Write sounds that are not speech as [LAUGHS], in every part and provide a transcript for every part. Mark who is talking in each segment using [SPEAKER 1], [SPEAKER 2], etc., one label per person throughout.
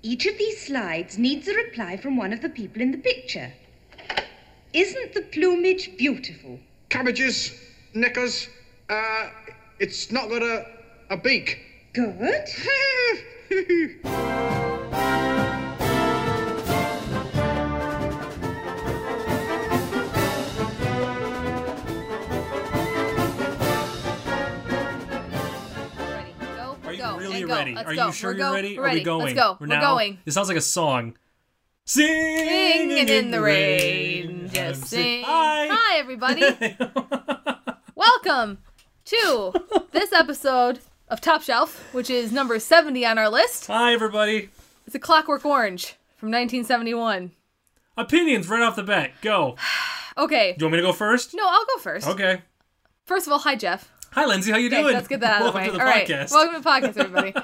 [SPEAKER 1] Each of these slides needs a reply from one of the people in the picture. Isn't the plumage beautiful?
[SPEAKER 2] Cabbages, knickers. Uh, it's not got a, a beak. [LAUGHS]
[SPEAKER 1] Good.
[SPEAKER 3] Ready. Go.
[SPEAKER 4] Are you
[SPEAKER 3] go,
[SPEAKER 4] really
[SPEAKER 3] and go.
[SPEAKER 4] ready?
[SPEAKER 3] Let's
[SPEAKER 4] Are
[SPEAKER 3] go.
[SPEAKER 4] you sure
[SPEAKER 3] We're
[SPEAKER 4] you're
[SPEAKER 3] go-
[SPEAKER 4] ready?
[SPEAKER 3] We're
[SPEAKER 4] Are we going?
[SPEAKER 3] Let's go.
[SPEAKER 4] We're
[SPEAKER 3] We're,
[SPEAKER 4] now-
[SPEAKER 3] going.
[SPEAKER 4] This sounds like a song. Singing,
[SPEAKER 3] Singing in the rain. Just sing.
[SPEAKER 4] Hi.
[SPEAKER 3] Hi,
[SPEAKER 4] [LAUGHS]
[SPEAKER 3] everybody. Welcome to this episode of Top Shelf, which is number 70 on our list.
[SPEAKER 4] Hi, everybody.
[SPEAKER 3] It's a Clockwork Orange from 1971.
[SPEAKER 4] Opinions right off the bat. Go.
[SPEAKER 3] Okay.
[SPEAKER 4] You want me to go first?
[SPEAKER 3] No, I'll go first.
[SPEAKER 4] Okay.
[SPEAKER 3] First of all, hi, Jeff.
[SPEAKER 4] Hi, Lindsay. How you
[SPEAKER 3] Okay,
[SPEAKER 4] doing?
[SPEAKER 3] let's get that out of the
[SPEAKER 4] Welcome
[SPEAKER 3] way.
[SPEAKER 4] to the
[SPEAKER 3] All right,
[SPEAKER 4] podcast.
[SPEAKER 3] welcome to the podcast,
[SPEAKER 4] [LAUGHS]
[SPEAKER 3] everybody.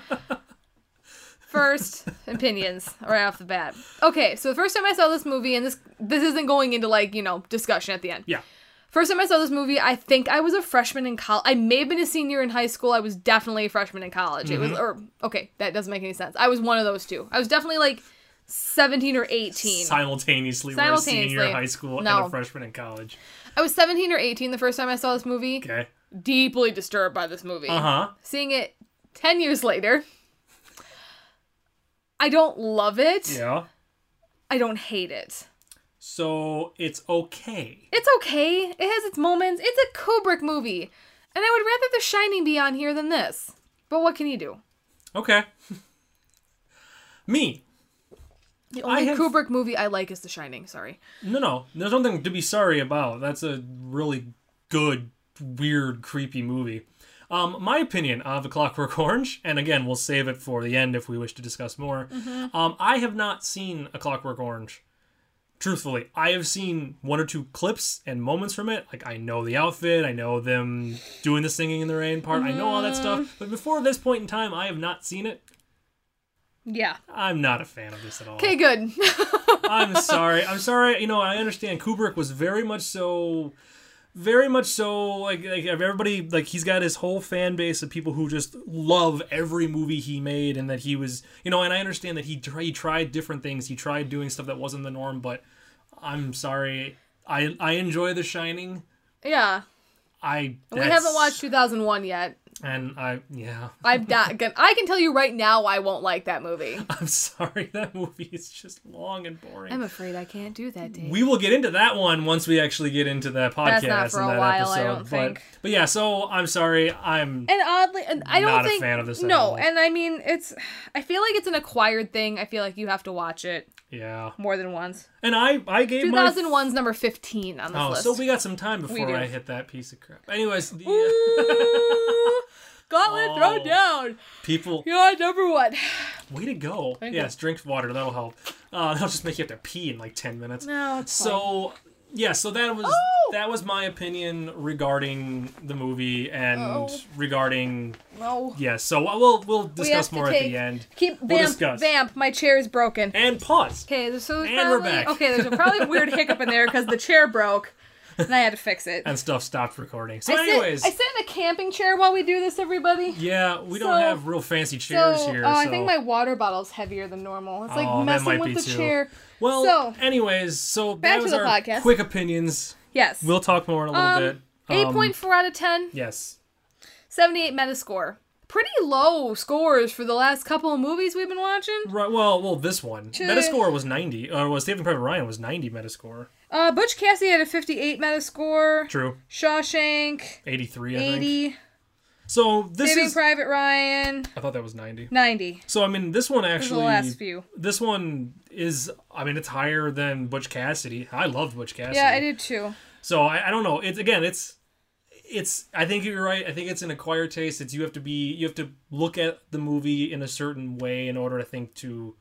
[SPEAKER 3] first opinions right off the bat. Okay, so the first time I saw this movie, and this this isn't going into like you know discussion at the end.
[SPEAKER 4] Yeah.
[SPEAKER 3] First time I saw this movie, I think I was a freshman in college. I may have been a senior in high school. I was definitely a freshman in college. It
[SPEAKER 4] Mm-hmm.
[SPEAKER 3] was, or okay, that doesn't make any sense. I was one of those two. I was definitely like seventeen or eighteen.
[SPEAKER 4] Simultaneously, we're a senior in
[SPEAKER 3] Simultaneously.
[SPEAKER 4] high school and
[SPEAKER 3] No.
[SPEAKER 4] a freshman in college.
[SPEAKER 3] I was seventeen or eighteen the first time I saw this movie.
[SPEAKER 4] Okay.
[SPEAKER 3] Deeply disturbed by this movie.
[SPEAKER 4] Uh huh.
[SPEAKER 3] seeing it 10 years later i don't love it
[SPEAKER 4] Yeah.
[SPEAKER 3] i don't hate it
[SPEAKER 4] So it's okay.
[SPEAKER 3] it's okay it has its moments it's a kubrick movie and i would rather the shining be on here than this but what can you do
[SPEAKER 4] Okay. [LAUGHS] Me.
[SPEAKER 3] the only
[SPEAKER 4] have-
[SPEAKER 3] kubrick movie i like is the shining sorry
[SPEAKER 4] No, no. There's nothing to be sorry about. That's a really good, weird, creepy movie. Um, my opinion of The Clockwork [LAUGHS] Orange, and again, we'll save it for the end if we wish to discuss more. Um, I have not seen A Clockwork Orange. Truthfully, I have seen one or two clips and moments from it. Like, I know the outfit, I know them doing the singing in the rain part, I know all that stuff. But before this point in time, I have not seen it.
[SPEAKER 3] yeah
[SPEAKER 4] I'm not a fan of this at all.
[SPEAKER 3] okay good [LAUGHS]
[SPEAKER 4] I'm sorry. I'm sorry. You know, I understand Kubrick was very much so very much so like, like everybody like he's got his whole fan base of people who just love every movie he made and that he was you know and i understand that he, tr- he tried different things he tried doing stuff that wasn't the norm but i'm sorry i i enjoy the shining
[SPEAKER 3] yeah
[SPEAKER 4] i
[SPEAKER 3] we haven't watched 2001 yet
[SPEAKER 4] and i yeah [LAUGHS]
[SPEAKER 3] i'm not gonna [LAUGHS] i can tell you right now i won't like that [LAUGHS] movie
[SPEAKER 4] i'm sorry that movie is just long and boring
[SPEAKER 3] i'm afraid i can't do that dave
[SPEAKER 4] We will get into that one once we actually get into that podcast
[SPEAKER 3] That's not for
[SPEAKER 4] and
[SPEAKER 3] a
[SPEAKER 4] that
[SPEAKER 3] while,
[SPEAKER 4] episode.
[SPEAKER 3] I don't
[SPEAKER 4] but,
[SPEAKER 3] think.
[SPEAKER 4] but yeah, so I'm sorry. I'm
[SPEAKER 3] And oddly, and I don't
[SPEAKER 4] Not a
[SPEAKER 3] think
[SPEAKER 4] fan of this at all.
[SPEAKER 3] no, and I mean it's. I feel like it's an acquired thing. I feel like you have to watch it
[SPEAKER 4] yeah,
[SPEAKER 3] more than once.
[SPEAKER 4] and I I gave
[SPEAKER 3] Two
[SPEAKER 4] my
[SPEAKER 3] thousand one's number fifteen on this
[SPEAKER 4] oh,
[SPEAKER 3] list.
[SPEAKER 4] so we got some time before
[SPEAKER 3] do.
[SPEAKER 4] I hit that piece of crap. Anyways, the
[SPEAKER 3] Ooh, gauntlet
[SPEAKER 4] Oh.
[SPEAKER 3] thrown down.
[SPEAKER 4] [LAUGHS] people,
[SPEAKER 3] You're number one.
[SPEAKER 4] way to go. yes, drink water. That'll help. Uh, [LAUGHS] that'll just make you have to pee in like ten minutes.
[SPEAKER 3] No, it's
[SPEAKER 4] So yeah, so that was
[SPEAKER 3] Oh!
[SPEAKER 4] that was my opinion regarding the movie and
[SPEAKER 3] Oh.
[SPEAKER 4] regarding
[SPEAKER 3] fine. no.
[SPEAKER 4] yeah. So we'll we'll
[SPEAKER 3] We have
[SPEAKER 4] discuss
[SPEAKER 3] to
[SPEAKER 4] more at
[SPEAKER 3] take-
[SPEAKER 4] the end
[SPEAKER 3] Keep vamp,
[SPEAKER 4] discuss.
[SPEAKER 3] vamp. My chair is broken.
[SPEAKER 4] and pause.
[SPEAKER 3] Okay, there's so there's
[SPEAKER 4] And
[SPEAKER 3] probably,
[SPEAKER 4] we're back.
[SPEAKER 3] okay. There's a probably weird hiccup in there because the chair broke, and I had to fix it.
[SPEAKER 4] and stuff stopped recording. So,
[SPEAKER 3] I sit-
[SPEAKER 4] anyways,
[SPEAKER 3] I sit in a camping chair while we do this, everybody.
[SPEAKER 4] yeah, we
[SPEAKER 3] So-
[SPEAKER 4] don't have real fancy chairs
[SPEAKER 3] so,
[SPEAKER 4] here.
[SPEAKER 3] Oh,
[SPEAKER 4] so.
[SPEAKER 3] I think my water bottle's heavier than normal. It's like
[SPEAKER 4] Oh, that might
[SPEAKER 3] messing with
[SPEAKER 4] be
[SPEAKER 3] the
[SPEAKER 4] too.
[SPEAKER 3] chair.
[SPEAKER 4] well, eh,
[SPEAKER 3] so-
[SPEAKER 4] anyways, so
[SPEAKER 3] Back
[SPEAKER 4] that
[SPEAKER 3] to
[SPEAKER 4] was
[SPEAKER 3] the
[SPEAKER 4] our
[SPEAKER 3] podcast.
[SPEAKER 4] quick opinions.
[SPEAKER 3] Yes.
[SPEAKER 4] We'll talk more in a little
[SPEAKER 3] Um,
[SPEAKER 4] bit. Um,
[SPEAKER 3] 8.4 out of 10,
[SPEAKER 4] Yes.
[SPEAKER 3] 78 Metascore. Pretty low scores for the last couple of movies we've been watching.
[SPEAKER 4] Right. Well, well, this one Metascore was ninety, or was Saving Private Ryan was ninety Metascore.
[SPEAKER 3] Uh, Butch Cassidy had a 58 Metascore.
[SPEAKER 4] True,
[SPEAKER 3] Shawshank,
[SPEAKER 4] eighty three. I think.
[SPEAKER 3] 80.
[SPEAKER 4] So this
[SPEAKER 3] Saving
[SPEAKER 4] is.
[SPEAKER 3] Private Ryan,
[SPEAKER 4] I thought that was ninety.
[SPEAKER 3] 90.
[SPEAKER 4] So I mean, this one
[SPEAKER 3] Those are
[SPEAKER 4] actually.
[SPEAKER 3] the last few.
[SPEAKER 4] This one is. I mean, it's higher than Butch Cassidy. I loved Butch Cassidy.
[SPEAKER 3] Yeah, I did too.
[SPEAKER 4] So I, I don't know. It's again, it's it's. I think you're right. I think it's an acquired taste. It's you have to be you have to look at the movie in a certain way in order, I think, to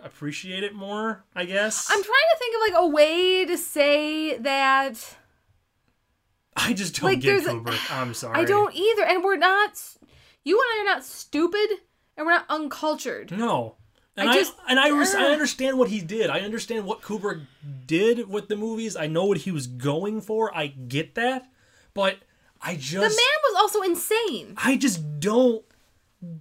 [SPEAKER 4] appreciate it more. I guess.
[SPEAKER 3] I'm trying to think of like a way to say that.
[SPEAKER 4] I just don't
[SPEAKER 3] like,
[SPEAKER 4] get
[SPEAKER 3] there's a-
[SPEAKER 4] Kubrick. i I'm
[SPEAKER 3] [SIGHS]
[SPEAKER 4] sorry.
[SPEAKER 3] I don't either. And we're not. s- You and I are not stupid, and we're not uncultured.
[SPEAKER 4] No. And
[SPEAKER 3] I
[SPEAKER 4] I,
[SPEAKER 3] just-
[SPEAKER 4] and I, res- I
[SPEAKER 3] Ugh.
[SPEAKER 4] understand what he did. I understand what Kubrick did with the movies. I know what he was going for. I get that, but I
[SPEAKER 3] The
[SPEAKER 4] just
[SPEAKER 3] man was also insane.
[SPEAKER 4] I just don't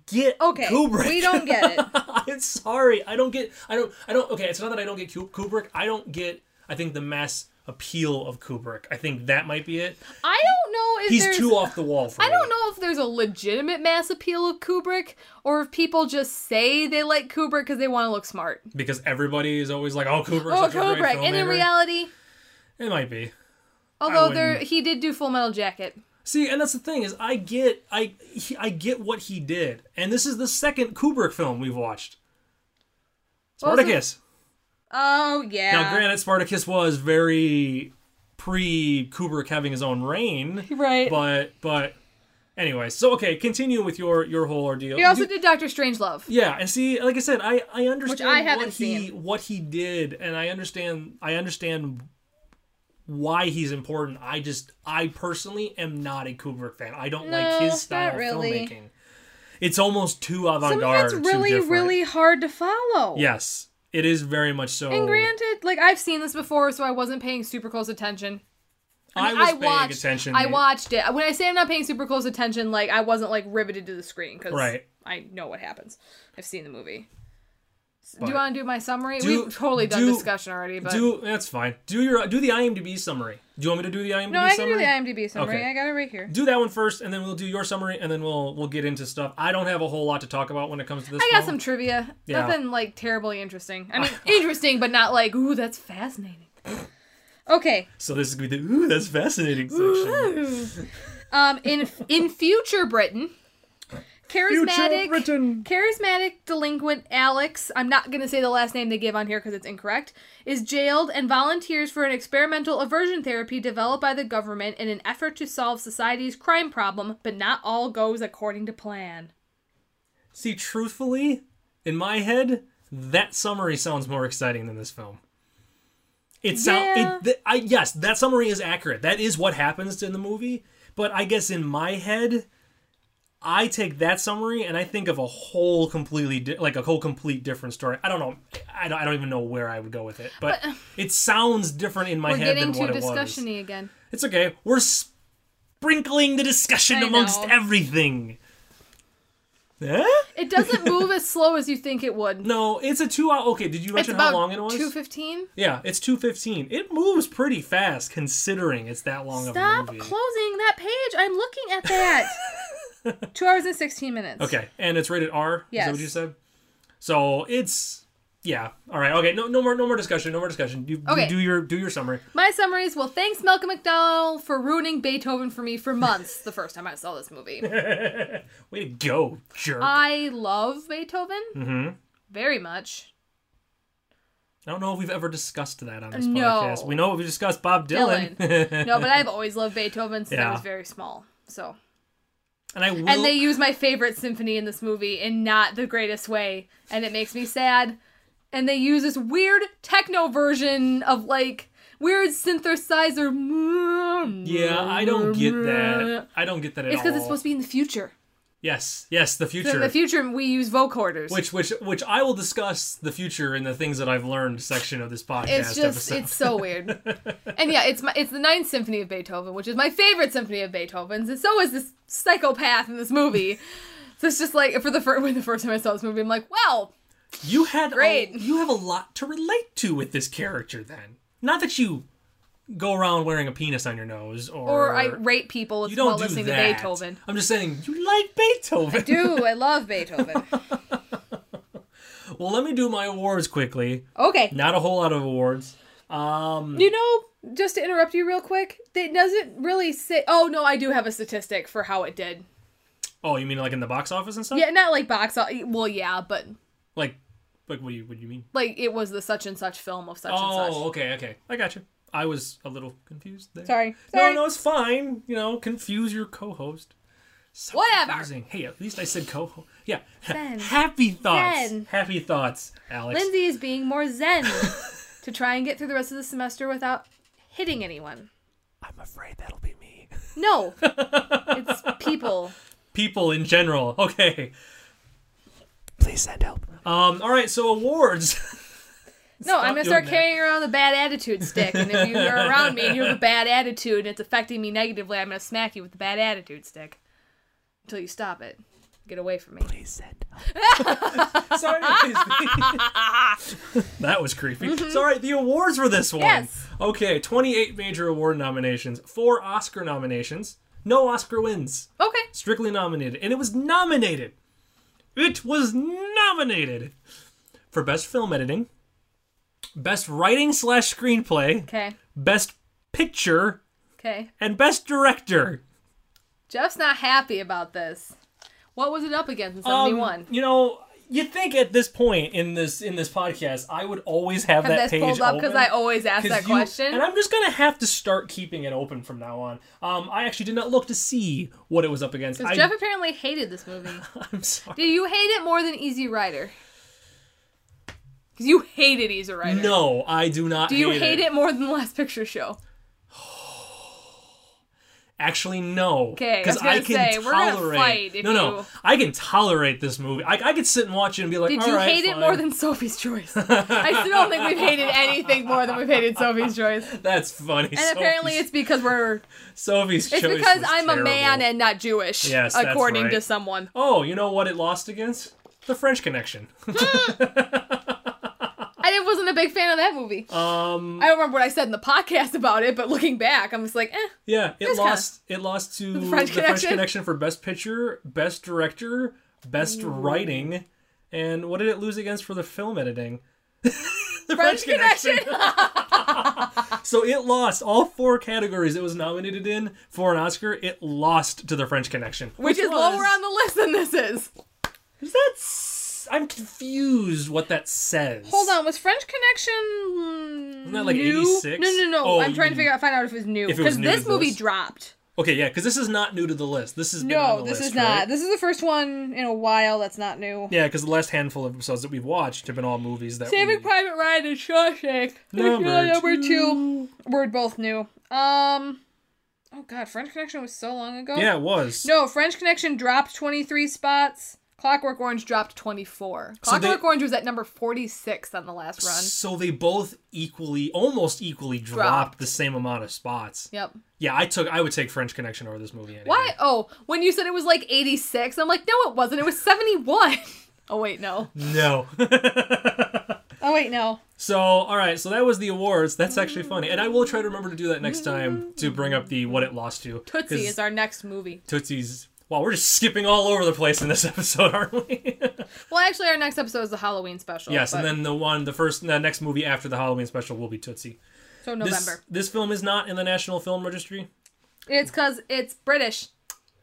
[SPEAKER 4] get
[SPEAKER 3] Okay,
[SPEAKER 4] Kubrick.
[SPEAKER 3] we don't get it.
[SPEAKER 4] [LAUGHS] I'm sorry. I don't get. I don't. I don't. Okay, it's not that I don't get Ku- Kubrick. I don't get. I think the mass appeal of Kubrick. I think that might be it.
[SPEAKER 3] I don't know if
[SPEAKER 4] He's
[SPEAKER 3] there's,
[SPEAKER 4] too off the wall for
[SPEAKER 3] I
[SPEAKER 4] me.
[SPEAKER 3] don't know if there's a legitimate mass appeal of Kubrick or if people just say they like Kubrick because they want to look smart.
[SPEAKER 4] because everybody is always like, "Oh, Kubrick's
[SPEAKER 3] Oh,
[SPEAKER 4] such a great
[SPEAKER 3] Kubrick. And in
[SPEAKER 4] filmmaker."
[SPEAKER 3] reality,
[SPEAKER 4] it might be.
[SPEAKER 3] although there
[SPEAKER 4] wouldn't.
[SPEAKER 3] he did do Full Metal Jacket.
[SPEAKER 4] See, and that's the thing is, I get, I, he, I get what he did, and this is the second Kubrick film we've watched.
[SPEAKER 3] What was it?
[SPEAKER 4] Spartacus.
[SPEAKER 3] Oh yeah.
[SPEAKER 4] Now, granted, Spartacus was very pre Kubrick having his own reign,
[SPEAKER 3] Right.
[SPEAKER 4] But, but, anyway, so okay, continue with your your whole ordeal.
[SPEAKER 3] he also
[SPEAKER 4] You-
[SPEAKER 3] did Doctor Strangelove.
[SPEAKER 4] Yeah, and see, like I said, I I understand
[SPEAKER 3] I haven't
[SPEAKER 4] what he
[SPEAKER 3] seen.
[SPEAKER 4] what he did, and I understand I understand why he's important. I just I personally am not a Kubrick fan. I don't
[SPEAKER 3] No,
[SPEAKER 4] like his style
[SPEAKER 3] not really.
[SPEAKER 4] of filmmaking. It's almost too avant
[SPEAKER 3] Some
[SPEAKER 4] garde.
[SPEAKER 3] of it's really, really hard to follow.
[SPEAKER 4] yes, it is very much so.
[SPEAKER 3] And granted, like I've seen this before, so I wasn't paying super close attention.
[SPEAKER 4] I
[SPEAKER 3] mean,
[SPEAKER 4] was paying
[SPEAKER 3] watched,
[SPEAKER 4] attention.
[SPEAKER 3] I watched it. When I say I'm not paying super close attention, like I wasn't like riveted to the screen because
[SPEAKER 4] Right.
[SPEAKER 3] I know what happens. I've seen the movie. do
[SPEAKER 4] But-
[SPEAKER 3] you want to do my summary?
[SPEAKER 4] Do-
[SPEAKER 3] We've totally done
[SPEAKER 4] do-
[SPEAKER 3] discussion already, but
[SPEAKER 4] Do that's fine. Do your do the IMDb summary. Do you want me to do the IMDb
[SPEAKER 3] no, I can
[SPEAKER 4] summary?
[SPEAKER 3] do the IMDb summary.
[SPEAKER 4] Okay.
[SPEAKER 3] I got it right here.
[SPEAKER 4] Do that one first, and then we'll do your summary, and then we'll we'll get into stuff. I don't have a whole lot to talk about when it comes to this.
[SPEAKER 3] I got
[SPEAKER 4] film.
[SPEAKER 3] some trivia.
[SPEAKER 4] Oh. Yeah.
[SPEAKER 3] Nothing like terribly interesting.
[SPEAKER 4] [LAUGHS]
[SPEAKER 3] I mean, interesting, but not like ooh, that's fascinating.
[SPEAKER 4] [SIGHS]
[SPEAKER 3] Okay.
[SPEAKER 4] So this is gonna be the ooh, that's fascinating section.
[SPEAKER 3] [LAUGHS] Um, in in future Britain, charismatic
[SPEAKER 4] Britain.
[SPEAKER 3] charismatic delinquent Alex, I'm not gonna say the last name they give on here because it's incorrect, is jailed and volunteers for an experimental aversion therapy developed by the government in an effort to solve society's crime problem. But not all goes according to plan.
[SPEAKER 4] See, truthfully, in my head, that summary sounds more exciting than this film. It sounds.
[SPEAKER 3] Yeah.
[SPEAKER 4] It, th- I yes, that summary is accurate. That is what happens in the movie. But I guess in my head, I take that summary and I think of a whole completely di- like a whole complete different story. I don't know. I don't, I don't even know where I would go with it. But, it sounds different in my
[SPEAKER 3] uh, We're
[SPEAKER 4] head
[SPEAKER 3] getting
[SPEAKER 4] than
[SPEAKER 3] too
[SPEAKER 4] what it was.
[SPEAKER 3] discussiony again.
[SPEAKER 4] It's okay. We're sprinkling the discussion
[SPEAKER 3] I
[SPEAKER 4] amongst
[SPEAKER 3] know.
[SPEAKER 4] everything. Eh? Huh?
[SPEAKER 3] It doesn't move as slow as you think it would.
[SPEAKER 4] No, it's a two hour. Okay, did you
[SPEAKER 3] it's
[SPEAKER 4] mention
[SPEAKER 3] about
[SPEAKER 4] how long it was?
[SPEAKER 3] two fifteen.
[SPEAKER 4] yeah, it's two fifteen. It moves pretty fast considering it's that long
[SPEAKER 3] Stop
[SPEAKER 4] of a movie.
[SPEAKER 3] closing that page. I'm looking at that.
[SPEAKER 4] [LAUGHS]
[SPEAKER 3] Two hours and sixteen minutes.
[SPEAKER 4] okay, and it's rated R. Is
[SPEAKER 3] Yes.
[SPEAKER 4] that what you said? So it's yeah. All right. Okay. No. No more. No more discussion. No more discussion. You, you
[SPEAKER 3] Okay.
[SPEAKER 4] do your do your summary.
[SPEAKER 3] My summary is well, thanks Malcolm McDowell for ruining Beethoven for me for months. the first time I saw this
[SPEAKER 4] [LAUGHS]
[SPEAKER 3] movie,
[SPEAKER 4] Way to go, jerk.
[SPEAKER 3] I love Beethoven
[SPEAKER 4] Mm-hmm.
[SPEAKER 3] very much.
[SPEAKER 4] I don't know if we've ever discussed that on this
[SPEAKER 3] No.
[SPEAKER 4] podcast. We know we discussed Bob Dylan.
[SPEAKER 3] Dylan. no, but I've always loved Beethoven since I
[SPEAKER 4] Yeah.
[SPEAKER 3] was very small. So,
[SPEAKER 4] [LAUGHS] and I will.
[SPEAKER 3] and they use my favorite symphony in this movie in not the greatest way, and it makes me sad. And they use this weird techno version of like weird synthesizer.
[SPEAKER 4] Yeah, I don't get that. I don't get that at
[SPEAKER 3] It's
[SPEAKER 4] all.
[SPEAKER 3] because it's supposed to be in the future.
[SPEAKER 4] yes, yes, the
[SPEAKER 3] So
[SPEAKER 4] future.
[SPEAKER 3] in the future, we use vocoders.
[SPEAKER 4] Which, which, which I will discuss the future in the things that I've learned section of this podcast
[SPEAKER 3] it's just
[SPEAKER 4] episode.
[SPEAKER 3] it's so weird.
[SPEAKER 4] [LAUGHS]
[SPEAKER 3] and yeah, it's my it's the Ninth Symphony of Beethoven, which is my favorite symphony of Beethoven's, and so is this psychopath in this movie. so it's just like for the first when the first time I saw this movie, I'm like, wow,
[SPEAKER 4] you had
[SPEAKER 3] great.
[SPEAKER 4] A, you have a lot to relate to with this character. Then, not that you go around wearing a penis on your nose, or
[SPEAKER 3] or I rate people
[SPEAKER 4] you
[SPEAKER 3] as
[SPEAKER 4] don't
[SPEAKER 3] well
[SPEAKER 4] do
[SPEAKER 3] listening
[SPEAKER 4] that.
[SPEAKER 3] to Beethoven.
[SPEAKER 4] I'm just saying you like
[SPEAKER 3] [LAUGHS]
[SPEAKER 4] Beethoven.
[SPEAKER 3] Do I love
[SPEAKER 4] [LAUGHS]
[SPEAKER 3] Beethoven?
[SPEAKER 4] Well, let me do my awards quickly.
[SPEAKER 3] Okay,
[SPEAKER 4] Not a whole lot of awards.
[SPEAKER 3] you know, just to interrupt you real quick, it doesn't really say. Oh no, I do have a statistic for how it did.
[SPEAKER 4] Oh, you mean like in the box office and stuff?
[SPEAKER 3] Yeah, not like box. o- Well, yeah, but
[SPEAKER 4] Like, like what do you what do you mean?
[SPEAKER 3] like it was the such and such film of such and
[SPEAKER 4] Oh,
[SPEAKER 3] such.
[SPEAKER 4] okay, okay. I got you. I was a little confused there.
[SPEAKER 3] Sorry,
[SPEAKER 4] No,
[SPEAKER 3] sorry.
[SPEAKER 4] no, it's fine. You know, confuse your co-host. So
[SPEAKER 3] Whatever.
[SPEAKER 4] confusing. Hey, at least I said co-host. Yeah. [LAUGHS]
[SPEAKER 3] Ben.
[SPEAKER 4] Happy thoughts.
[SPEAKER 3] Ben.
[SPEAKER 4] Happy thoughts, Alex.
[SPEAKER 3] Lindsay is being more
[SPEAKER 4] [LAUGHS]
[SPEAKER 3] zen to try and get through the rest of the semester without hitting anyone.
[SPEAKER 4] I'm afraid that'll be me. [LAUGHS]
[SPEAKER 3] No, it's people.
[SPEAKER 4] People in general. [LAUGHS] Okay.
[SPEAKER 5] Please send help.
[SPEAKER 4] Um. All right. So awards. [LAUGHS]
[SPEAKER 3] No, I'm
[SPEAKER 4] Stop
[SPEAKER 3] gonna
[SPEAKER 4] doing
[SPEAKER 3] start
[SPEAKER 4] that.
[SPEAKER 3] carrying around the bad attitude stick, and if you're around me and you have a bad attitude and it's affecting me negatively, I'm gonna smack you with the bad attitude stick until you stop it. Get away from me.
[SPEAKER 5] Please send help.
[SPEAKER 4] Sorry. that [LAUGHS] was creepy. Sorry, the awards for this one.
[SPEAKER 3] Mm-hmm. Yes.
[SPEAKER 4] Okay, 28 major award nominations, four Oscar nominations, no Oscar wins,
[SPEAKER 3] Okay.
[SPEAKER 4] strictly nominated. And it was nominated. It was nominated for Best Film Editing, Best Writing slash Screenplay,
[SPEAKER 3] Okay.
[SPEAKER 4] Best Picture,
[SPEAKER 3] Okay.
[SPEAKER 4] and Best Director.
[SPEAKER 3] Jeff's not happy about this. What was it up against in
[SPEAKER 4] Um,
[SPEAKER 3] 71?
[SPEAKER 4] You know, you'd think at this point in this in this podcast, I would always have,
[SPEAKER 3] Have
[SPEAKER 4] that
[SPEAKER 3] this
[SPEAKER 4] page
[SPEAKER 3] pulled up because
[SPEAKER 4] open.
[SPEAKER 3] I always ask
[SPEAKER 4] 'Cause
[SPEAKER 3] that
[SPEAKER 4] you-
[SPEAKER 3] question.
[SPEAKER 4] And I'm just gonna have to start keeping it open from now on. Um, I actually did not look to see what it was up against. I,
[SPEAKER 3] Because Jeff apparently hated this movie.
[SPEAKER 4] [LAUGHS] I'm
[SPEAKER 3] [LAUGHS]
[SPEAKER 4] sorry.
[SPEAKER 3] Do you hate it more than Easy Rider? Because you hated Easy Rider.
[SPEAKER 4] No, I do not.
[SPEAKER 3] Do you
[SPEAKER 4] hate,
[SPEAKER 3] hate it. more than Last Picture Show?
[SPEAKER 4] Actually, no.
[SPEAKER 3] 'Kay, I was gonna
[SPEAKER 4] I can
[SPEAKER 3] say, we're gonna
[SPEAKER 4] tolerate.
[SPEAKER 3] fight if
[SPEAKER 4] no, no,
[SPEAKER 3] you-
[SPEAKER 4] I can tolerate this movie. I, I could sit and watch it and be like,
[SPEAKER 3] Did
[SPEAKER 4] "All
[SPEAKER 3] you
[SPEAKER 4] right,
[SPEAKER 3] hate it
[SPEAKER 4] fine."
[SPEAKER 3] more than Sophie's Choice? I still don't think we've hated anything more than we've hated Sophie's Choice. And
[SPEAKER 4] [LAUGHS] That's funny. And
[SPEAKER 3] apparently, it's because we're
[SPEAKER 4] Sophie's
[SPEAKER 3] it's
[SPEAKER 4] choice.
[SPEAKER 3] because
[SPEAKER 4] was
[SPEAKER 3] I'm a man
[SPEAKER 4] terrible.
[SPEAKER 3] and not Jewish,
[SPEAKER 4] Yes, that's
[SPEAKER 3] according to
[SPEAKER 4] right.
[SPEAKER 3] someone.
[SPEAKER 4] Oh, you know what it lost against? The French Connection.
[SPEAKER 3] I didn't- wasn't a big fan of that movie. Um, I don't remember what I said in the podcast about it, but looking back, I'm just like, eh.
[SPEAKER 4] Yeah, it
[SPEAKER 3] It's
[SPEAKER 4] lost. It lost to the French,
[SPEAKER 3] French Connection.
[SPEAKER 4] Connection for best picture, best director, best
[SPEAKER 3] Mm.
[SPEAKER 4] writing, and what did it lose against for the film editing? [LAUGHS] the
[SPEAKER 3] French
[SPEAKER 4] [LAUGHS] so it lost all four categories it was nominated in for an Oscar. It lost to the French Connection,
[SPEAKER 3] which is
[SPEAKER 4] was-
[SPEAKER 3] lower on the list than this is.
[SPEAKER 4] Is that? s- I'm confused. What that says?
[SPEAKER 3] Hold on, was French Connection
[SPEAKER 4] Isn't that like
[SPEAKER 3] new?
[SPEAKER 4] 86?
[SPEAKER 3] No, no, no.
[SPEAKER 4] Oh,
[SPEAKER 3] I'm
[SPEAKER 4] you
[SPEAKER 3] trying to
[SPEAKER 4] mean-
[SPEAKER 3] figure out, find out if it was new
[SPEAKER 4] If it was
[SPEAKER 3] because
[SPEAKER 4] new to
[SPEAKER 3] this movie
[SPEAKER 4] this.
[SPEAKER 3] dropped.
[SPEAKER 4] Okay, yeah, because this is not new to the list. This is
[SPEAKER 3] No, this is not. This is the first one in a while that's not new.
[SPEAKER 4] Yeah, because the last handful of episodes that we've watched have been all movies that
[SPEAKER 3] Saving
[SPEAKER 4] we-
[SPEAKER 3] Private Ryan and Shawshank.
[SPEAKER 4] Number
[SPEAKER 3] number two. We're both new. Um, oh god, French Connection was so long ago.
[SPEAKER 4] Yeah, it was.
[SPEAKER 3] No, French Connection dropped 23 spots. Clockwork Orange dropped 24. Clockwork
[SPEAKER 4] they-
[SPEAKER 3] Orange was at number 46 on the last run.
[SPEAKER 4] So they both equally, almost equally, dropped,
[SPEAKER 3] Dropped.
[SPEAKER 4] the same amount of spots.
[SPEAKER 3] Yep.
[SPEAKER 4] Yeah, I took, I would take French Connection over this movie. Anyway.
[SPEAKER 3] Why? Oh, when you said it was like 86, I'm like, no, it wasn't. It was 71. [LAUGHS] oh, wait, no.
[SPEAKER 4] No. [LAUGHS]
[SPEAKER 3] Oh, wait, no.
[SPEAKER 4] so, all right. So that was the awards. That's actually funny, and I will try to remember to do that next time to bring up the what it lost to.
[SPEAKER 3] Tootsie
[SPEAKER 4] 'cause
[SPEAKER 3] is our next movie.
[SPEAKER 4] Tootsie's. Wow, we're just skipping all over the place in this [LAUGHS] episode, aren't we? [LAUGHS]
[SPEAKER 3] Well, actually, our next episode is the Halloween special.
[SPEAKER 4] yes,
[SPEAKER 3] but-
[SPEAKER 4] and then the one, the first, the next movie after the Halloween special will be Tootsie.
[SPEAKER 3] So
[SPEAKER 4] This
[SPEAKER 3] November.
[SPEAKER 4] this film is not in the National Film Registry.
[SPEAKER 3] It's because it's British.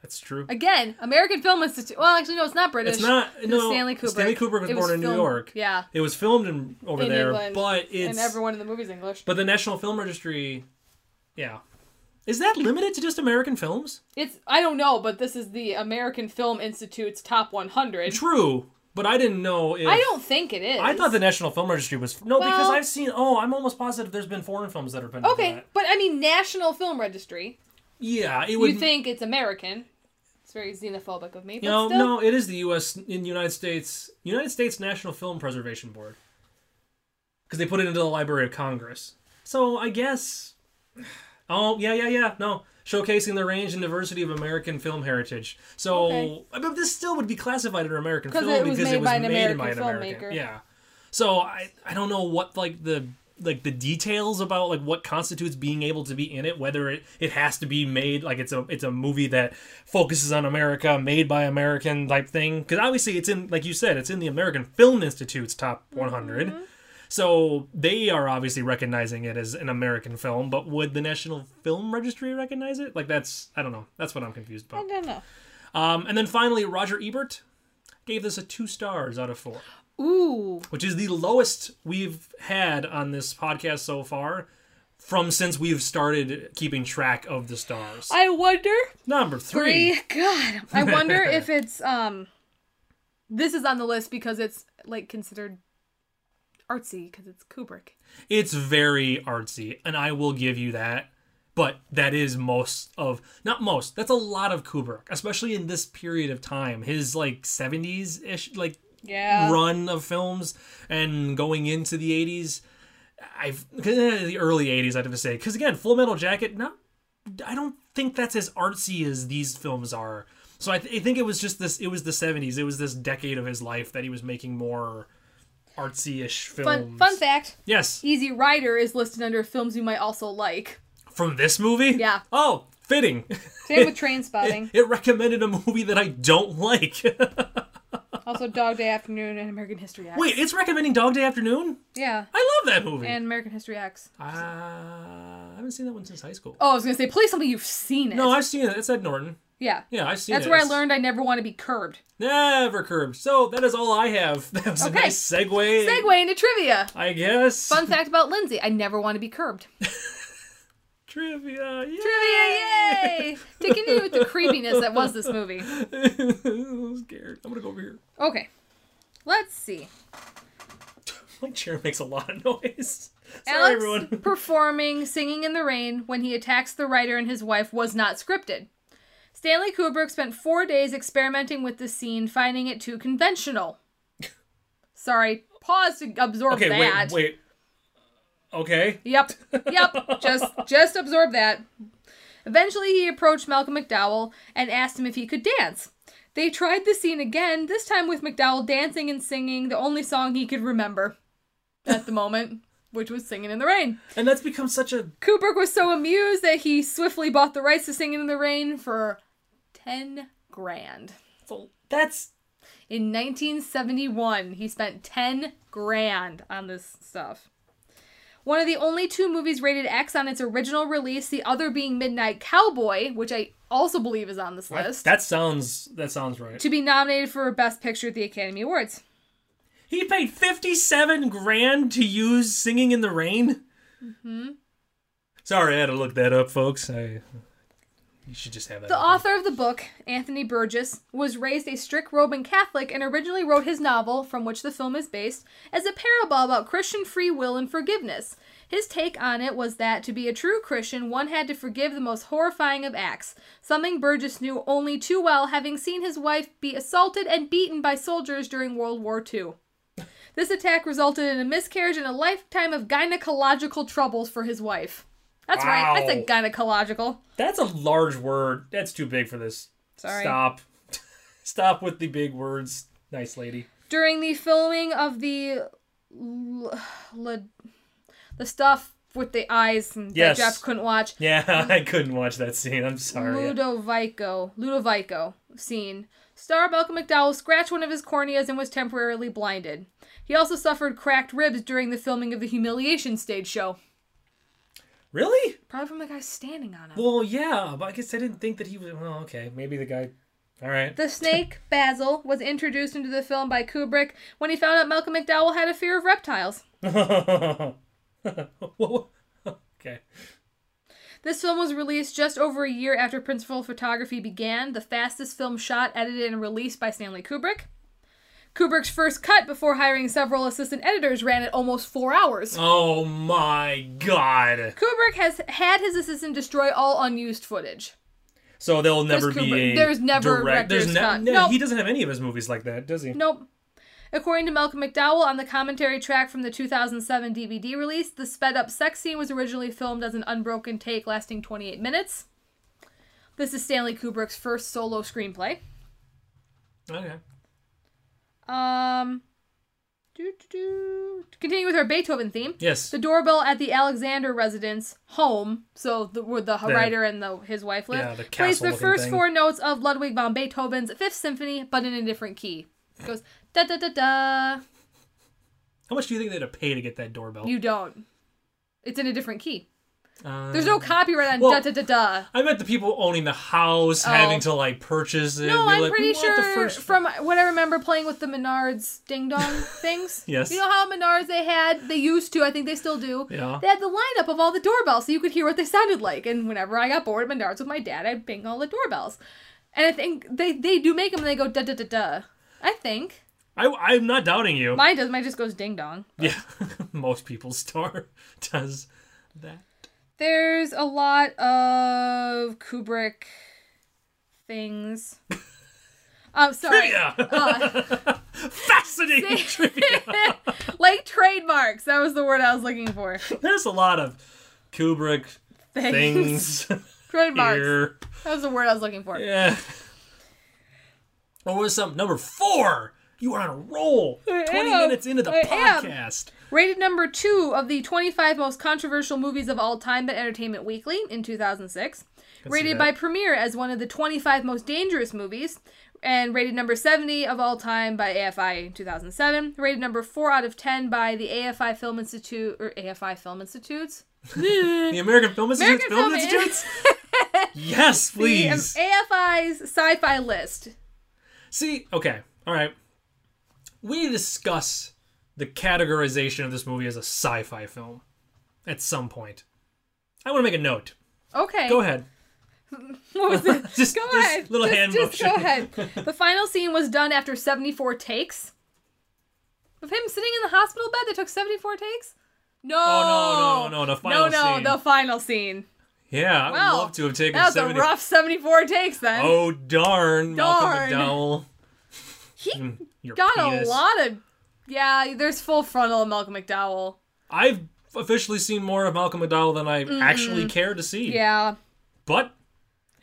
[SPEAKER 4] That's true.
[SPEAKER 3] Again, American Film Institute. Well, actually, no, it's not British.
[SPEAKER 4] It's not
[SPEAKER 3] It was
[SPEAKER 4] no
[SPEAKER 3] Stanley Kubrick.
[SPEAKER 4] Stanley Kubrick was
[SPEAKER 3] It
[SPEAKER 4] born in New
[SPEAKER 3] filmed-
[SPEAKER 4] York.
[SPEAKER 3] Yeah.
[SPEAKER 4] It was filmed in over
[SPEAKER 3] in
[SPEAKER 4] there,
[SPEAKER 3] England.
[SPEAKER 4] but it's
[SPEAKER 3] and everyone in the movie's English.
[SPEAKER 4] but the National Film Registry, yeah, is that limited to just American films?
[SPEAKER 3] It's I don't know, but this is the American Film Institute's top 100.
[SPEAKER 4] True, but I didn't know. If,
[SPEAKER 3] I don't think it is.
[SPEAKER 4] I thought the National Film Registry was no because
[SPEAKER 3] Well-
[SPEAKER 4] I've seen. Oh, I'm almost positive there's been foreign films that have been.
[SPEAKER 3] Okay,
[SPEAKER 4] that.
[SPEAKER 3] but I mean National Film Registry.
[SPEAKER 4] Yeah, it would.
[SPEAKER 3] You think it's American? It's very xenophobic of me. But
[SPEAKER 4] You know,
[SPEAKER 3] still,
[SPEAKER 4] no, it is the U.S. in United States United States National Film Preservation Board because they put it into the Library of Congress. So I guess, [SIGHS] oh yeah, yeah, yeah, no, showcasing the range and diversity of American film heritage. So,
[SPEAKER 3] Okay.
[SPEAKER 4] but this still would be classified under American
[SPEAKER 3] 'Cause
[SPEAKER 4] film
[SPEAKER 3] it was
[SPEAKER 4] because
[SPEAKER 3] made
[SPEAKER 4] it was
[SPEAKER 3] by an
[SPEAKER 4] made by an
[SPEAKER 3] American
[SPEAKER 4] American.
[SPEAKER 3] filmmaker.
[SPEAKER 4] Yeah. So I I don't know what like the like the details about like what constitutes being able to be in it whether it, it has to be made like it's a it's a movie that focuses on america made by american type thing because obviously it's in like you said it's in the american film institute's top 100
[SPEAKER 3] Mm-hmm.
[SPEAKER 4] so they are obviously recognizing it as an american film but would the national film registry recognize it like that's i don't know that's what i'm confused
[SPEAKER 3] I
[SPEAKER 4] about
[SPEAKER 3] don't know.
[SPEAKER 4] um, and then finally roger ebert gave this a two stars out of four
[SPEAKER 3] Ooh,
[SPEAKER 4] which is the lowest we've had on this podcast so far from since we've started keeping track of the stars.
[SPEAKER 3] I wonder.
[SPEAKER 4] Number three.
[SPEAKER 3] Three. [LAUGHS] God, I wonder if it's um. This is on the list because it's like considered artsy because it's Kubrick.
[SPEAKER 4] It's very artsy, and I will give you that. But that is most of, not most, that's a lot of Kubrick, especially in this period of time. His like 70s ish, like
[SPEAKER 3] Yeah.
[SPEAKER 4] run of films and going into the 80s i've eh, the early 80s i'd have to say because again full metal jacket not i don't think that's as artsy as these films are So I, th- I think it was just this. It was the '70s. It was this decade of his life that he was making more artsy-ish films.
[SPEAKER 3] Fun, fun fact
[SPEAKER 4] Yes,
[SPEAKER 3] Easy Rider is listed under films you might also like.
[SPEAKER 4] from this movie.
[SPEAKER 3] Yeah.
[SPEAKER 4] Oh, fitting.
[SPEAKER 3] Same with Train Spotting.
[SPEAKER 4] [LAUGHS] It recommended a movie that I don't like. [LAUGHS]
[SPEAKER 3] also Dog Day Afternoon and American History X.
[SPEAKER 4] Wait, it's recommending Dog Day Afternoon.
[SPEAKER 3] Yeah.
[SPEAKER 4] I love that movie.
[SPEAKER 3] And American History X.
[SPEAKER 4] uh, I haven't seen that one since high school.
[SPEAKER 3] Oh, I was gonna say, play something you've seen it.
[SPEAKER 4] No, I've seen it. It's Ed Norton.
[SPEAKER 3] yeah.
[SPEAKER 4] Yeah, I've seen
[SPEAKER 3] That's
[SPEAKER 4] it.
[SPEAKER 3] where I
[SPEAKER 4] It's
[SPEAKER 3] learned I never want to be curbed.
[SPEAKER 4] Never curbed. So that is all I have. [LAUGHS] That was
[SPEAKER 3] Okay.
[SPEAKER 4] a nice segue.
[SPEAKER 3] Segue into trivia.
[SPEAKER 4] I guess.
[SPEAKER 3] Fun fact about Lindsay: I never want to be curbed.
[SPEAKER 4] Trivia. Yeah.
[SPEAKER 3] Trivia, yay! to continue with the creepiness that was this movie.
[SPEAKER 4] [LAUGHS] I'm scared. I'm gonna go over here. [LAUGHS]
[SPEAKER 3] Okay, let's see.
[SPEAKER 4] My chair makes a lot of noise. [LAUGHS] Sorry,
[SPEAKER 3] Alex
[SPEAKER 4] everyone.
[SPEAKER 3] performing "Singing in the Rain" when he attacks the writer and his wife was not scripted. Stanley Kubrick spent four days experimenting with the scene, finding it too
[SPEAKER 4] [LAUGHS]
[SPEAKER 3] conventional. Sorry, pause to absorb
[SPEAKER 4] [LAUGHS] Okay,
[SPEAKER 3] that.
[SPEAKER 4] wait, wait. Okay.
[SPEAKER 3] Yep. Yep. just just absorb that. Eventually he approached Malcolm McDowell and asked him if he could dance. They tried the scene again, this time with McDowell dancing and singing the only song he could remember at the moment, which was Singing in the Rain.
[SPEAKER 4] And that's become such a
[SPEAKER 3] Kubrick was so amused that he swiftly bought the rights to Singing in the Rain for 10 grand.
[SPEAKER 4] that's
[SPEAKER 3] In 1971, he spent 10 grand on this stuff. One of the only two movies rated X on its original release, the other being Midnight Cowboy, which I also believe is on this list,
[SPEAKER 4] that sounds that sounds right.
[SPEAKER 3] to be nominated for Best Picture at the Academy Awards.
[SPEAKER 4] He paid 57 grand to use Singing in the Rain? Mm-hmm. Sorry, I had to look that up, folks. I You should just have that.
[SPEAKER 3] The
[SPEAKER 4] up.
[SPEAKER 3] author of the book, Anthony Burgess, was raised a strict Roman Catholic and originally wrote his novel, from which the film is based, as a parable about Christian free will and forgiveness. His take on it was that to be a true Christian, one had to forgive the most horrifying of acts, something Burgess knew only too well, having seen his wife be assaulted and beaten by soldiers during World War II. This attack resulted in a miscarriage and a lifetime of gynecological troubles for his wife. That's right, I said gynecological.
[SPEAKER 4] That's a large word. That's too big for this.
[SPEAKER 3] Sorry.
[SPEAKER 4] Stop. [LAUGHS] Stop with the big words, nice lady.
[SPEAKER 3] during the filming of the l- l- the stuff with the eyes and
[SPEAKER 4] Yes.
[SPEAKER 3] that Jeff couldn't watch.
[SPEAKER 4] Yeah, [LAUGHS] I couldn't watch that scene. I'm sorry.
[SPEAKER 3] Ludovico, Ludovico scene. Star Malcolm McDowell scratched one of his corneas and was temporarily blinded. He also suffered cracked ribs during the filming of the humiliation stage show,
[SPEAKER 4] Really?
[SPEAKER 3] probably from the guy standing on him.
[SPEAKER 4] Well, yeah, but I guess I didn't think that he was well, okay, maybe the guy All right.
[SPEAKER 3] The
[SPEAKER 4] [LAUGHS]
[SPEAKER 3] snake, Basil, was introduced into the film by Kubrick when he found out Malcolm McDowell had a fear of reptiles.
[SPEAKER 4] [LAUGHS] Whoa. [LAUGHS] okay.
[SPEAKER 3] This film was released just over a year after principal photography began, the fastest film shot, edited, and released by Stanley Kubrick. Kubrick's first cut before hiring several assistant editors ran at almost four hours.
[SPEAKER 4] Oh my god.
[SPEAKER 3] Kubrick has had his assistant destroy all unused footage.
[SPEAKER 4] So there'll never
[SPEAKER 3] There's
[SPEAKER 4] be
[SPEAKER 3] Kubrick.
[SPEAKER 4] a
[SPEAKER 3] There's never
[SPEAKER 4] direct. There's
[SPEAKER 3] director's cut.
[SPEAKER 4] no,
[SPEAKER 3] Nope.
[SPEAKER 4] he doesn't have any of his movies like that, does he?
[SPEAKER 3] Nope. According to Malcolm McDowell on the commentary track from the 2007 DVD release, the sped up sex scene was originally filmed as an unbroken take lasting 28 minutes. This is Stanley Kubrick's first solo screenplay.
[SPEAKER 4] Okay.
[SPEAKER 3] Um, doo-doo-doo. continue with our Beethoven theme.
[SPEAKER 4] Yes.
[SPEAKER 3] The doorbell at the Alexander residence home, so the, where the writer and the, his wife live,
[SPEAKER 4] yeah, the
[SPEAKER 3] plays the
[SPEAKER 4] castle-looking
[SPEAKER 3] first
[SPEAKER 4] thing.
[SPEAKER 3] four notes of Ludwig von Beethoven's Fifth Symphony, but in a different key. It goes da da da da.
[SPEAKER 4] How much do you think they'd have paid to get that doorbell?
[SPEAKER 3] You don't. It's in a different key.
[SPEAKER 4] Uh,
[SPEAKER 3] There's no copyright on
[SPEAKER 4] well-
[SPEAKER 3] da da da da.
[SPEAKER 4] I meant the people owning the house,
[SPEAKER 3] Oh.
[SPEAKER 4] having to like purchase it.
[SPEAKER 3] No,
[SPEAKER 4] be
[SPEAKER 3] I'm
[SPEAKER 4] like, "We
[SPEAKER 3] pretty
[SPEAKER 4] want
[SPEAKER 3] sure
[SPEAKER 4] the first one."
[SPEAKER 3] from what I remember playing with the Menards ding
[SPEAKER 4] [LAUGHS]
[SPEAKER 3] dong things.
[SPEAKER 4] Yes.
[SPEAKER 3] You know how Menards they had, they used to, I think they still do.
[SPEAKER 4] Yeah.
[SPEAKER 3] They had the lineup of all the doorbells so you could hear what they sounded like. And whenever I got bored at Menards with my dad, I'd bing all the doorbells. And I think they, they do make them and they go da da da da. I think.
[SPEAKER 4] I, I'm not doubting you.
[SPEAKER 3] Mine does, mine just goes ding dong.
[SPEAKER 4] yeah, most people's star [LAUGHS] does that.
[SPEAKER 3] There's a lot of Kubrick
[SPEAKER 4] [LAUGHS]
[SPEAKER 3] things. I'm sorry.
[SPEAKER 4] Yeah,
[SPEAKER 3] Uh,
[SPEAKER 4] [LAUGHS] fascinating trivia.
[SPEAKER 3] [LAUGHS] like trademarks. That was the word I was looking for.
[SPEAKER 4] There's a lot of Kubrick
[SPEAKER 3] [LAUGHS] Things.
[SPEAKER 4] things
[SPEAKER 3] Trademarks.
[SPEAKER 4] here.
[SPEAKER 3] That was the word I was looking for.
[SPEAKER 4] Yeah. Or was some number four? You are on a roll. Twenty
[SPEAKER 3] am.
[SPEAKER 4] minutes into the
[SPEAKER 3] I am.
[SPEAKER 4] podcast.
[SPEAKER 3] Rated number two of the 25 most controversial movies of all time by Entertainment Weekly in 2006. Rated
[SPEAKER 4] that.
[SPEAKER 3] by Premiere as one of the 25 most dangerous movies. And rated number 70 of all time by AFI in 2007. Rated number 4 out of 10 by the AFI Film Institute, or AFI Film Institutes.
[SPEAKER 4] The American Film Institute's
[SPEAKER 3] American
[SPEAKER 4] Film,
[SPEAKER 3] Film
[SPEAKER 4] Institutes.
[SPEAKER 3] [LAUGHS]
[SPEAKER 4] yes,
[SPEAKER 3] The
[SPEAKER 4] please.
[SPEAKER 3] AFI's sci fi list.
[SPEAKER 4] See, okay, all right. We need to discuss the categorization of this movie as a sci-fi film at some point. I want to make a note.
[SPEAKER 3] Okay.
[SPEAKER 4] Go ahead.
[SPEAKER 3] [LAUGHS] What was it?
[SPEAKER 4] [LAUGHS] Just,
[SPEAKER 3] go
[SPEAKER 4] just
[SPEAKER 3] ahead.
[SPEAKER 4] little
[SPEAKER 3] just,
[SPEAKER 4] hand
[SPEAKER 3] just
[SPEAKER 4] motion.
[SPEAKER 3] go
[SPEAKER 4] [LAUGHS]
[SPEAKER 3] ahead. The final scene was done after 74 takes of him sitting in the hospital bed. They took 74 takes. No.
[SPEAKER 4] Oh, no, no, no, the final
[SPEAKER 3] no, no,
[SPEAKER 4] scene.
[SPEAKER 3] the final scene.
[SPEAKER 4] Yeah, I would
[SPEAKER 3] Wow.
[SPEAKER 4] love to have taken
[SPEAKER 3] That was
[SPEAKER 4] 70
[SPEAKER 3] a rough 74 takes then.
[SPEAKER 4] Oh darn,
[SPEAKER 3] Darn.
[SPEAKER 4] Malcolm McDowell. Mm,
[SPEAKER 3] he
[SPEAKER 4] Your
[SPEAKER 3] got
[SPEAKER 4] penis.
[SPEAKER 3] a lot of. Yeah, there's full frontal of Malcolm McDowell.
[SPEAKER 4] I've officially seen more of Malcolm McDowell than I actually care to see.
[SPEAKER 3] Mm-hmm. Yeah.
[SPEAKER 4] But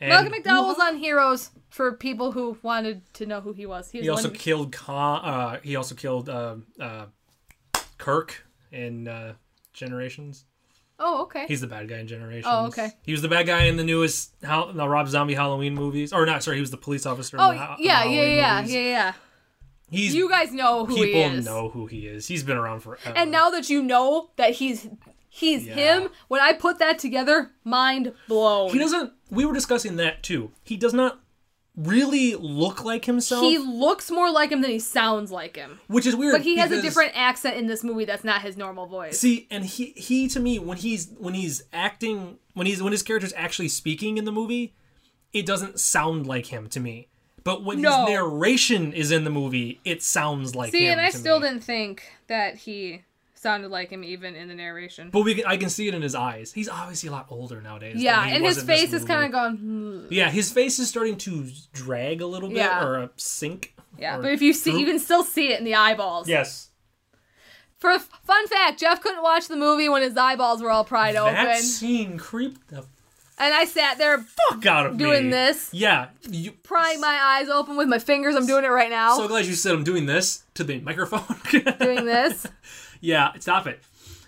[SPEAKER 4] and
[SPEAKER 3] Malcolm McDowell was on Heroes for people who wanted to know who he was. He was
[SPEAKER 4] He also
[SPEAKER 3] one,
[SPEAKER 4] killed Con, uh, he also killed uh, uh, Kirk in uh, Generations.
[SPEAKER 3] Oh, okay.
[SPEAKER 4] He's the bad guy in Generations.
[SPEAKER 3] Oh, okay.
[SPEAKER 4] He was the bad guy in the newest Hal- the Rob Zombie Halloween movies. Or not, sorry, he was the police officer.
[SPEAKER 3] oh,
[SPEAKER 4] in the, Ha-
[SPEAKER 3] yeah, yeah,
[SPEAKER 4] Halloween
[SPEAKER 3] yeah, yeah,
[SPEAKER 4] movies.
[SPEAKER 3] yeah, yeah.
[SPEAKER 4] He's
[SPEAKER 3] You guys know who he
[SPEAKER 4] people
[SPEAKER 3] is.
[SPEAKER 4] know who he is. He's been around forever.
[SPEAKER 3] And now that you know that he's he's
[SPEAKER 4] Yeah.
[SPEAKER 3] him, when I put that together, mind blown.
[SPEAKER 4] he doesn't. We were discussing that too. He does not really look like himself,
[SPEAKER 3] He looks more like him than he sounds like him.
[SPEAKER 4] which is weird.
[SPEAKER 3] But he has a
[SPEAKER 4] because-
[SPEAKER 3] different accent in this movie that's not his normal voice.
[SPEAKER 4] See, and he he to me when he's when he's acting when he's when his character's actually speaking in the movie, it doesn't sound like him to me. But when
[SPEAKER 3] No.
[SPEAKER 4] his narration is in the movie, it sounds like
[SPEAKER 3] See,
[SPEAKER 4] him.
[SPEAKER 3] and I
[SPEAKER 4] to
[SPEAKER 3] still
[SPEAKER 4] me.
[SPEAKER 3] didn't think that he sounded like him even in the narration.
[SPEAKER 4] But we can, I can see it in his eyes. He's obviously a lot older nowadays. than
[SPEAKER 3] yeah,
[SPEAKER 4] he
[SPEAKER 3] and
[SPEAKER 4] was
[SPEAKER 3] his
[SPEAKER 4] in this
[SPEAKER 3] face is
[SPEAKER 4] movie.
[SPEAKER 3] kind of gone. "Hmm."
[SPEAKER 4] Yeah, his face is starting to drag a little bit
[SPEAKER 3] Yeah.
[SPEAKER 4] or uh, sink.
[SPEAKER 3] Yeah,
[SPEAKER 4] or
[SPEAKER 3] but if you see, you
[SPEAKER 4] droop.
[SPEAKER 3] can still see it in the eyeballs.
[SPEAKER 4] yes,
[SPEAKER 3] For a f- fun fact, Jeff couldn't watch the movie when his eyeballs were all pried
[SPEAKER 4] that
[SPEAKER 3] open,
[SPEAKER 4] scene creeped the
[SPEAKER 3] and I sat there
[SPEAKER 4] fuck out of me.
[SPEAKER 3] Doing this?
[SPEAKER 4] Yeah, you.
[SPEAKER 3] prying my eyes open with my fingers. I'm doing it right now.
[SPEAKER 4] So glad you said I'm doing this to the microphone.
[SPEAKER 3] [LAUGHS]
[SPEAKER 4] [LAUGHS]
[SPEAKER 3] doing this,
[SPEAKER 4] Yeah, stop it.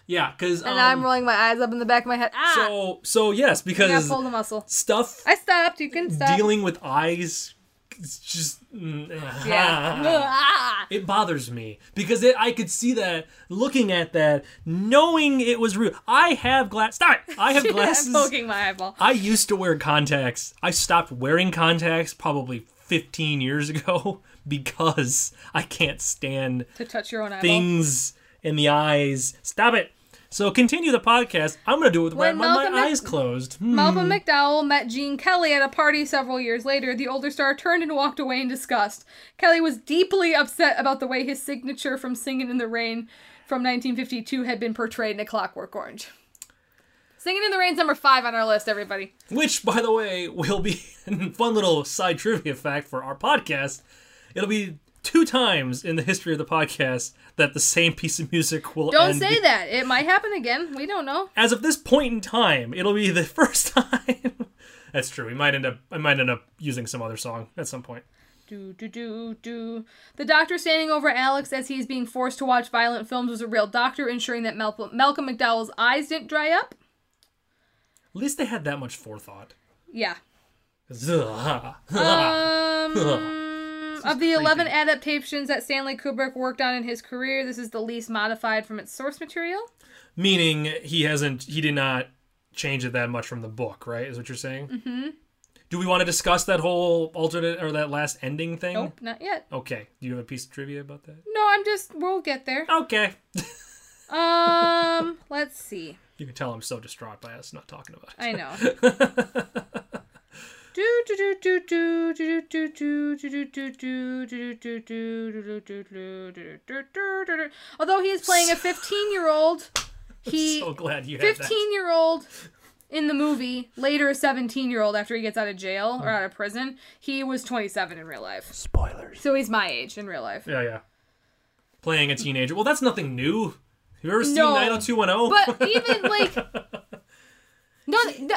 [SPEAKER 4] Yeah, because
[SPEAKER 3] and I'm rolling my eyes up in the back of my head. Ah,
[SPEAKER 4] Um, so so yes
[SPEAKER 3] I got
[SPEAKER 4] because
[SPEAKER 3] pulled a muscle.
[SPEAKER 4] stuff
[SPEAKER 3] I stopped. You can stop.
[SPEAKER 4] dealing with eyes, it's just mm,
[SPEAKER 3] Yeah. [LAUGHS] Ah.
[SPEAKER 4] [LAUGHS] it bothers me because it, I could see that looking at that, knowing it was real. I have glass. Stop it!
[SPEAKER 3] [LAUGHS]
[SPEAKER 4] I have
[SPEAKER 3] I'm
[SPEAKER 4] glasses.
[SPEAKER 3] poking my eyeball.
[SPEAKER 4] I used to wear contacts. I stopped wearing contacts probably 15 years ago [LAUGHS] because I can't stand
[SPEAKER 3] To touch your own eyeball.
[SPEAKER 4] things in the eyes. Stop it. So continue the podcast. I'm gonna do it with my,
[SPEAKER 3] When
[SPEAKER 4] my
[SPEAKER 3] Malcolm X-
[SPEAKER 4] eyes closed. Hmm.
[SPEAKER 3] Malcolm McDowell met Gene Kelly at a party several years later. The older star turned and walked away in disgust. Kelly was deeply upset about the way his signature from Singing in the Rain from 1952 had been portrayed in A Clockwork Orange. Singing in the Rain's number five on our list, everybody.
[SPEAKER 4] Which, by the way, will be [LAUGHS] a fun little side trivia fact for our podcast. It'll be two times in the history of the podcast that the same piece of music will
[SPEAKER 3] Don't
[SPEAKER 4] end.
[SPEAKER 3] say that. It might happen again. We don't know.
[SPEAKER 4] As of this point in time, it'll be the [LAUGHS] first time. [LAUGHS] That's true. We might end up. I might end up using some other song at some point.
[SPEAKER 3] Do, do, do, do. The doctor standing over Alex as he is being forced to watch violent films was a real doctor, ensuring that Mal- Malcolm McDowell's eyes didn't dry up.
[SPEAKER 4] At least they had that much forethought. [LAUGHS]
[SPEAKER 3] Yeah.
[SPEAKER 4] 'Cause, ugh,
[SPEAKER 3] Um, of the 11 adaptations that Stanley Kubrick worked on in his career, this is the least modified from its source material.
[SPEAKER 4] Meaning he hasn't, he did not change it that much from the book, right? Is what you're saying? Mm-hmm. Do we want to discuss that whole alternate or that last ending thing?
[SPEAKER 3] Nope, not yet.
[SPEAKER 4] Okay. Do you have a piece of trivia about that?
[SPEAKER 3] No, I'm just, we'll get there.
[SPEAKER 4] Okay.
[SPEAKER 3] Um, let's see.
[SPEAKER 4] You can tell I'm so distraught by us not talking about it.
[SPEAKER 3] I know. Do do do do do do do do do do do do do do do do do do do do do. Although he is playing a 15-year-old, he
[SPEAKER 4] so glad you had that.
[SPEAKER 3] 15-year-old in the movie, later a 17-year-old after he gets out of jail or out of prison, he was 27 in real life.
[SPEAKER 5] Spoilers.
[SPEAKER 3] So he's my age in real life.
[SPEAKER 4] Yeah, yeah. Playing a teenager. Well, that's nothing new. Have you ever seen
[SPEAKER 3] No.
[SPEAKER 4] 90210?
[SPEAKER 3] But even like no, no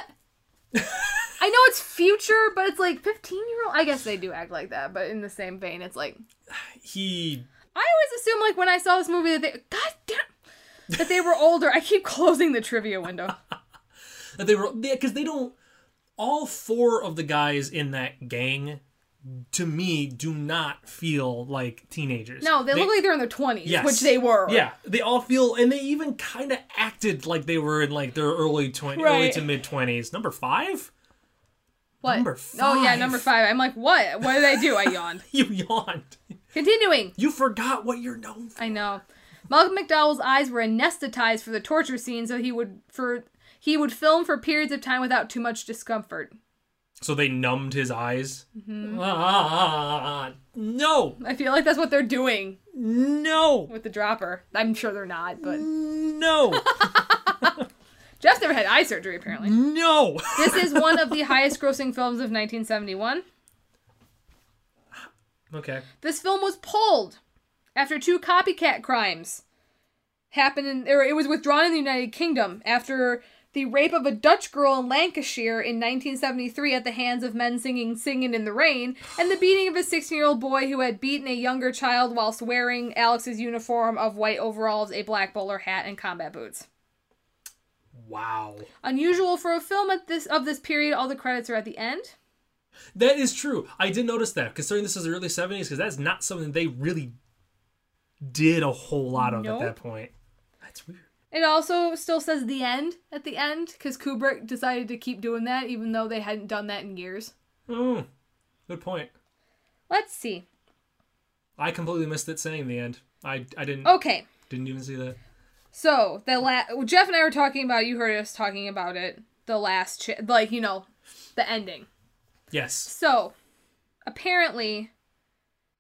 [SPEAKER 3] I know it's future, but it's like 15 year old. I guess they do act like that, but in the same vein, it's like
[SPEAKER 4] [LAUGHS] He
[SPEAKER 3] I always assume like when I saw this movie that they God damn that they were older. I keep closing the trivia window.
[SPEAKER 4] that they were yeah, because they don't all four of the guys in that gang to me do not feel like teenagers
[SPEAKER 3] No, they, look like they're in their 20s,
[SPEAKER 4] Yes.
[SPEAKER 3] which they were.
[SPEAKER 4] yeah they all feel and they even kind of acted like they were in like their early 20 early
[SPEAKER 3] Right.
[SPEAKER 4] to mid 20s number five [LAUGHS]
[SPEAKER 3] What?
[SPEAKER 4] Number
[SPEAKER 3] Oh yeah,
[SPEAKER 4] five.
[SPEAKER 3] number 5. I'm like, "What? What did I do? I
[SPEAKER 4] [LAUGHS]
[SPEAKER 3] yawned."
[SPEAKER 4] you yawned
[SPEAKER 3] Continuing.
[SPEAKER 4] you forgot what you're known for
[SPEAKER 3] I know. Malcolm McDowell's eyes were anesthetized for the torture scene, so he would for he would film for periods of time without too much discomfort.
[SPEAKER 4] so they numbed his eyes
[SPEAKER 3] Mm-hmm.
[SPEAKER 4] Ah, no
[SPEAKER 3] I feel like that's what they're doing
[SPEAKER 4] no
[SPEAKER 3] with the dropper. I'm sure they're not, but
[SPEAKER 4] no [LAUGHS]
[SPEAKER 3] Jeff's never had eye surgery apparently. [LAUGHS]
[SPEAKER 4] no
[SPEAKER 3] This is one of the highest grossing films of 1971.
[SPEAKER 4] okay
[SPEAKER 3] This film was pulled after two copycat crimes happened in or it was withdrawn in the United Kingdom after the rape of a Dutch girl in Lancashire in 1973 at the hands of men singing Singin' in the Rain and the beating of a 16-year-old boy who had beaten a younger child whilst wearing Alex's uniform of white overalls, a black bowler hat and combat boots.
[SPEAKER 4] wow
[SPEAKER 3] Unusual for a film at this of this period, all the credits are at the end.
[SPEAKER 4] That is true. I did notice that considering this is the early 70s, because that's not something they really did a whole lot of
[SPEAKER 3] Nope.
[SPEAKER 4] at that point. That's weird.
[SPEAKER 3] It also still says the end at the end because Kubrick decided to keep doing that even though they hadn't done that in years.
[SPEAKER 4] Mm, good point.
[SPEAKER 3] Let's see.
[SPEAKER 4] I completely missed it saying the end. I, I didn't
[SPEAKER 3] Okay,
[SPEAKER 4] didn't even see that.
[SPEAKER 3] so the la- Jeff and I were talking about. You heard us talking about it. The last, ch- like you know, the ending.
[SPEAKER 4] Yes.
[SPEAKER 3] So apparently,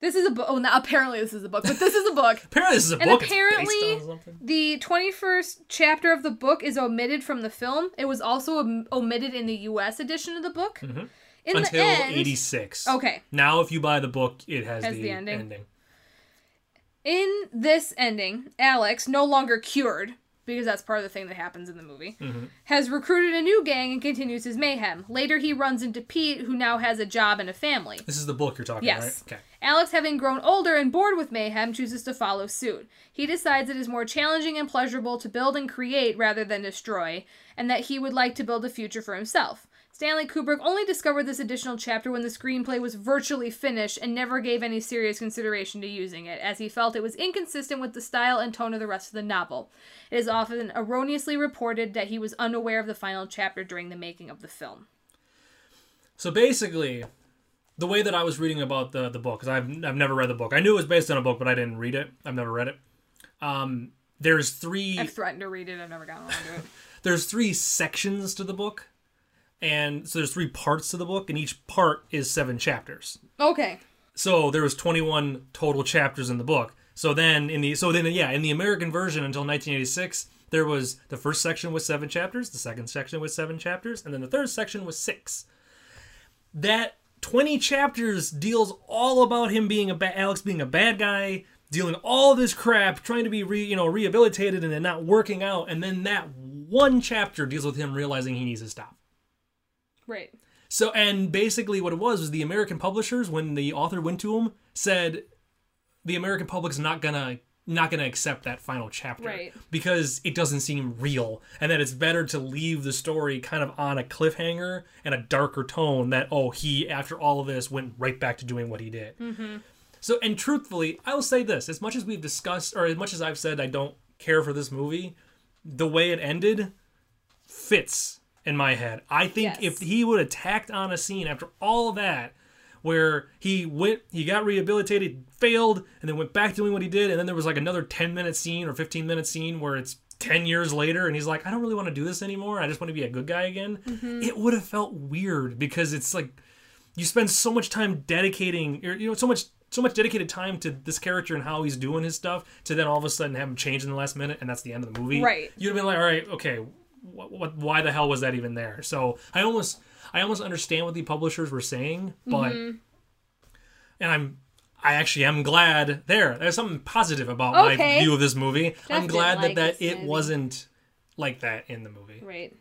[SPEAKER 3] this is a book. Oh, not apparently this is a book, but this is a book.
[SPEAKER 4] Apparently this is a
[SPEAKER 3] And
[SPEAKER 4] book. it's
[SPEAKER 3] apparently-
[SPEAKER 4] based on something.
[SPEAKER 3] The 21st chapter of the book is omitted from the film. It was also om- omitted in the US edition of the book. In
[SPEAKER 4] until
[SPEAKER 3] the end,
[SPEAKER 4] 86.
[SPEAKER 3] Okay.
[SPEAKER 4] Now if you buy the book, it has,
[SPEAKER 3] Has
[SPEAKER 4] the,
[SPEAKER 3] the
[SPEAKER 4] ending.
[SPEAKER 3] ending. In this ending, Alex, no longer cured, because that's part of the thing that happens in the movie, has recruited a new gang and continues his mayhem. Later, he runs into Pete, who now has a job and a family.
[SPEAKER 4] This is the book you're talking
[SPEAKER 3] Yes.
[SPEAKER 4] right? Okay.
[SPEAKER 3] Alex, having grown older and bored with mayhem, chooses to follow suit. He decides it is more challenging and pleasurable to build and create rather than destroy, and that he would like to build a future for himself. Stanley Kubrick only discovered this additional chapter when the screenplay was virtually finished and never gave any serious consideration to using it, as he felt it was inconsistent with the style and tone of the rest of the novel. It is often erroneously reported that he was unaware of the final chapter during the making of the film.
[SPEAKER 4] So basically, the way that I was reading about the the book, because I've I've never read the book. I knew it was based on a book, but I didn't read it. I've never read it. Um, there's three
[SPEAKER 3] I've threatened to read it, I've never gotten around to it.
[SPEAKER 4] there's three sections to the book, and so there's three parts to the book, and each part is seven chapters.
[SPEAKER 3] Okay.
[SPEAKER 4] So there was 21 total chapters in the book. So then in the so then yeah in the American version until 1986 there was the first section was seven chapters, the second section was seven chapters, and then the third section was six. That 20 chapters deals all about him being a ba- Alex being a bad guy, dealing all this crap, trying to be re, you know rehabilitated and then not working out, and then that one chapter deals with him realizing he needs to stop.
[SPEAKER 3] Right.
[SPEAKER 4] So, and basically, what it was was the American publishers, when the author went to him, said the American public's not gonna not gonna accept that final chapter
[SPEAKER 3] Right.
[SPEAKER 4] because it doesn't seem real, and that it's better to leave the story kind of on a cliffhanger and a darker tone. That oh, he after all of this went right back to doing what he did. So, and truthfully, I will say this: as much as we've discussed, or as much as I've said, I don't care for this movie. The way it ended fits in my head. I think
[SPEAKER 3] Yes.
[SPEAKER 4] if he would have tacked on a scene after all that, where he went, he got rehabilitated, failed, and then went back to doing what he did, and then there was like another ten minute scene or fifteen minute scene where it's. 10 years later and he's like I don't really want to do this anymore. I just want to be a good guy again. It would have felt weird because it's like you spend so much time dedicating or, you know so much so much dedicated time to this character and how he's doing his stuff to then all of a sudden have him change in the last minute and that's the end of the movie
[SPEAKER 3] Right.
[SPEAKER 4] you'd have been like all right okay what, what why the hell was that even there so i almost i almost understand what the publishers were saying but and i'm i actually am glad there there's something positive about my
[SPEAKER 3] Okay.
[SPEAKER 4] view of this movie i'm
[SPEAKER 3] didn't
[SPEAKER 4] glad
[SPEAKER 3] like
[SPEAKER 4] that, that
[SPEAKER 3] this
[SPEAKER 4] it
[SPEAKER 3] movie.
[SPEAKER 4] wasn't like that in the movie
[SPEAKER 3] Right.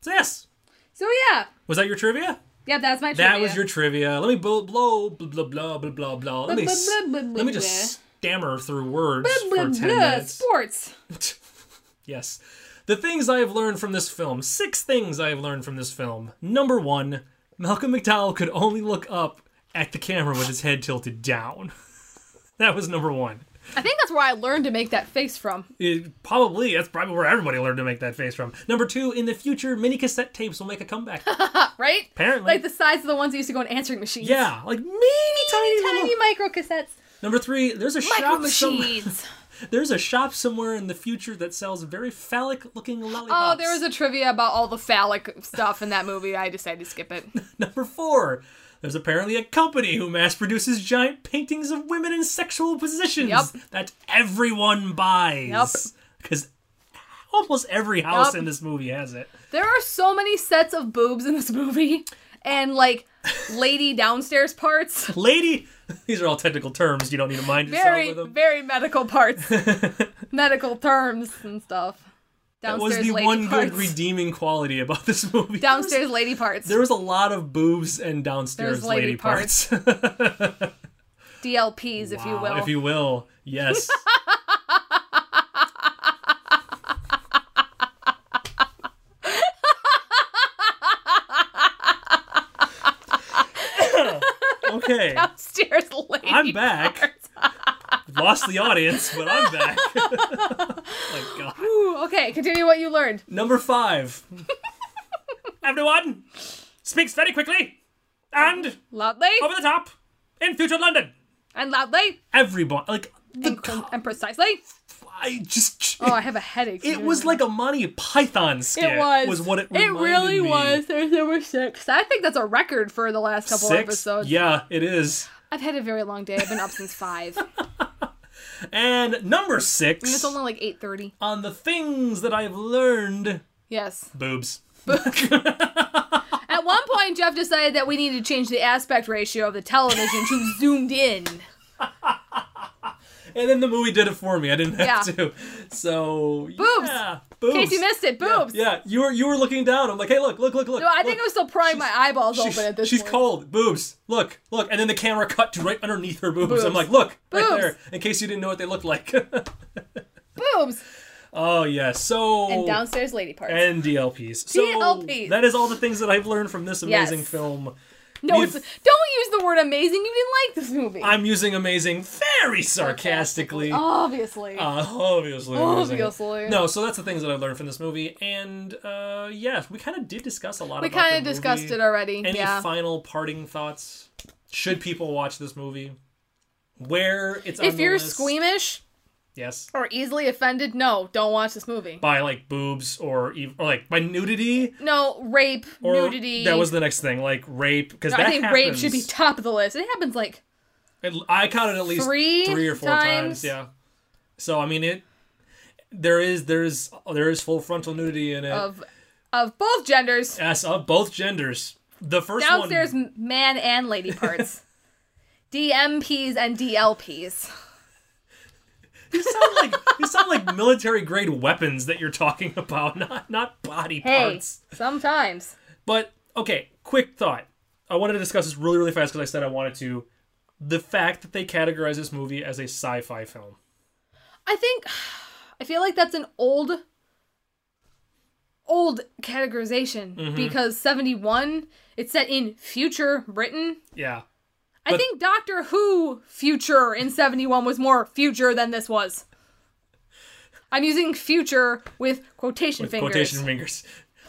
[SPEAKER 4] so yes
[SPEAKER 3] So yeah,
[SPEAKER 4] Was that your trivia?
[SPEAKER 3] yeah, that's my trivia.
[SPEAKER 4] That was your trivia. Let me blow, blow, blah, blah, blah, blah, blah, blah. Let me,
[SPEAKER 3] Blah,
[SPEAKER 4] s-
[SPEAKER 3] blah, blah, blah,
[SPEAKER 4] let
[SPEAKER 3] blah.
[SPEAKER 4] me just stammer through words
[SPEAKER 3] Blah,
[SPEAKER 4] for
[SPEAKER 3] blah,
[SPEAKER 4] 10
[SPEAKER 3] blah,
[SPEAKER 4] minutes.
[SPEAKER 3] sports.
[SPEAKER 4] Yes. The things I have learned from this film. Six things I have learned from this film. Number one, Malcolm McDowell could only look up at the camera with his head tilted down. [LAUGHS] that was number one.
[SPEAKER 3] I think that's where I learned to make that face from.
[SPEAKER 4] It- probably, that's probably where everybody learned to make that face from. Number two, in the future, mini cassette tapes will make
[SPEAKER 3] [LAUGHS]
[SPEAKER 4] a comeback.
[SPEAKER 3] right?
[SPEAKER 4] Apparently.
[SPEAKER 3] Like the size of the ones that used to go in answering machines.
[SPEAKER 4] yeah, like mini tiny,
[SPEAKER 3] Tiny
[SPEAKER 4] little-
[SPEAKER 3] micro cassettes.
[SPEAKER 4] Number three, there's a
[SPEAKER 3] Micro
[SPEAKER 4] shop some- [LAUGHS]
[SPEAKER 3] machines.
[SPEAKER 4] there's a shop somewhere in the future that sells very phallic looking
[SPEAKER 3] oh,
[SPEAKER 4] lollipops.
[SPEAKER 3] there was a trivia about all the phallic stuff in that movie. I decided to skip it.
[SPEAKER 4] [LAUGHS] Number four, there's apparently a company who mass produces giant paintings of women in sexual positions
[SPEAKER 3] Yep.
[SPEAKER 4] that everyone buys. Because almost every house
[SPEAKER 3] Yep.
[SPEAKER 4] in this movie has it.
[SPEAKER 3] There are so many sets of boobs in this movie and like lady downstairs parts.
[SPEAKER 4] Lady, [LAUGHS] these are all technical terms. You don't need to mind yourself
[SPEAKER 3] Very,
[SPEAKER 4] with them.
[SPEAKER 3] very medical
[SPEAKER 4] [LAUGHS]
[SPEAKER 3] parts. medical terms and stuff.
[SPEAKER 4] that
[SPEAKER 3] Downstairs
[SPEAKER 4] was the
[SPEAKER 3] lady
[SPEAKER 4] one
[SPEAKER 3] parts.
[SPEAKER 4] good redeeming quality about this [LAUGHS] movie.
[SPEAKER 3] downstairs lady parts.
[SPEAKER 4] There was a lot of boobs and downstairs
[SPEAKER 3] There's lady
[SPEAKER 4] parts.
[SPEAKER 3] DLPs, if you will.
[SPEAKER 4] If you will, yes. [LAUGHS]
[SPEAKER 3] [LAUGHS]
[SPEAKER 4] okay,
[SPEAKER 3] Downstairs lady
[SPEAKER 4] I'm back.
[SPEAKER 3] parts.
[SPEAKER 4] Lost the audience, but I'm back. [LAUGHS] My God.
[SPEAKER 3] Ooh, okay, continue what you learned.
[SPEAKER 4] Number five. [LAUGHS] Everyone speaks very quickly and
[SPEAKER 3] Loudly
[SPEAKER 4] over the top in future London.
[SPEAKER 3] and loudly
[SPEAKER 4] Everyone, like the,
[SPEAKER 3] and, con- and precisely.
[SPEAKER 4] I just.
[SPEAKER 3] Oh, I have a headache.
[SPEAKER 4] It was like a Monty Python skit.
[SPEAKER 3] it was
[SPEAKER 4] what it.
[SPEAKER 3] It
[SPEAKER 4] reminded
[SPEAKER 3] really
[SPEAKER 4] me.
[SPEAKER 3] was. There's number six. I think that's a record for the last couple
[SPEAKER 4] Six.
[SPEAKER 3] episodes.
[SPEAKER 4] Yeah, it is.
[SPEAKER 3] I've had a very long day. I've been up since
[SPEAKER 4] [LAUGHS]
[SPEAKER 3] five. And
[SPEAKER 4] And number six
[SPEAKER 3] it's only like eight thirty.
[SPEAKER 4] on the things that I've learned:
[SPEAKER 3] Yes.
[SPEAKER 4] boobs.
[SPEAKER 3] At one point, Jeff decided that we needed to change the aspect ratio of the television to zoomed in.
[SPEAKER 4] And then the movie did it for me. I didn't have
[SPEAKER 3] Yeah.
[SPEAKER 4] to. So
[SPEAKER 3] Boobs.
[SPEAKER 4] Yeah, boobs.
[SPEAKER 3] In case you missed it, boobs.
[SPEAKER 4] Yeah, you were you were looking down. I'm like, hey, look, look, look, look.
[SPEAKER 3] No, I think I was still prying my eyeballs
[SPEAKER 4] She's,
[SPEAKER 3] open at this
[SPEAKER 4] she's
[SPEAKER 3] point.
[SPEAKER 4] cold. Boobs. Look, look. And then the camera cut to right underneath her boobs.
[SPEAKER 3] Boobs.
[SPEAKER 4] I'm like, look, right
[SPEAKER 3] Boobs.
[SPEAKER 4] there. In case you didn't know what they looked like. [LAUGHS]
[SPEAKER 3] Boobs
[SPEAKER 4] oh yeah. So
[SPEAKER 3] and downstairs lady parts.
[SPEAKER 4] and DLPs. So
[SPEAKER 3] DLPs.
[SPEAKER 4] that is all the things that I've learned from this amazing
[SPEAKER 3] Yes.
[SPEAKER 4] film.
[SPEAKER 3] no,
[SPEAKER 4] we've-
[SPEAKER 3] it's, don't use the word amazing. You didn't like this movie.
[SPEAKER 4] I'm using amazing very sarcastically.
[SPEAKER 3] Obviously.
[SPEAKER 4] Uh, obviously. I'm using it.
[SPEAKER 3] Oh. Obviously.
[SPEAKER 4] No, so that's the things that I've learned from this movie. And uh, yeah, we kind of did discuss a lot
[SPEAKER 3] we
[SPEAKER 4] about the
[SPEAKER 3] kind of discussed
[SPEAKER 4] movie.
[SPEAKER 3] it already.
[SPEAKER 4] Any
[SPEAKER 3] yeah.
[SPEAKER 4] final parting thoughts? Should people watch this movie? Where it's on
[SPEAKER 3] if
[SPEAKER 4] the
[SPEAKER 3] you're
[SPEAKER 4] list.
[SPEAKER 3] squeamish
[SPEAKER 4] yes,
[SPEAKER 3] or easily offended, no, don't watch this movie.
[SPEAKER 4] by like boobs or ev- or like by nudity
[SPEAKER 3] No, rape,
[SPEAKER 4] or
[SPEAKER 3] nudity.
[SPEAKER 4] That was the next thing, like rape, because
[SPEAKER 3] No,
[SPEAKER 4] that
[SPEAKER 3] I think rape should be
[SPEAKER 4] happens.
[SPEAKER 3] top of the list. It happens like
[SPEAKER 4] It, I counted at least three,
[SPEAKER 3] Three
[SPEAKER 4] or four times.
[SPEAKER 3] times?
[SPEAKER 4] Yeah. So I mean it. There is there is there is full frontal nudity in it. Of,
[SPEAKER 3] of of both genders,
[SPEAKER 4] yes, of both genders. The first
[SPEAKER 3] downstairs
[SPEAKER 4] one.
[SPEAKER 3] m man and lady
[SPEAKER 4] [LAUGHS]
[SPEAKER 3] parts, DMPs and DLPs.
[SPEAKER 4] You sound like you sound like military grade weapons that you're talking [LAUGHS] about, not not body
[SPEAKER 3] Hey,
[SPEAKER 4] parts.
[SPEAKER 3] sometimes
[SPEAKER 4] But okay, quick thought. I wanted to discuss this really really fast because I said I wanted to. The fact that they categorize this movie as a sci-fi film.
[SPEAKER 3] I think [SIGHS] I feel like that's an old old categorization
[SPEAKER 4] Mm-hmm.
[SPEAKER 3] because 71 it's set in future Britain.
[SPEAKER 4] Yeah.
[SPEAKER 3] I
[SPEAKER 4] But-
[SPEAKER 3] think Doctor Who future in 71 was more future than this was. I'm using future with quotation fingers.
[SPEAKER 4] Quotation fingers.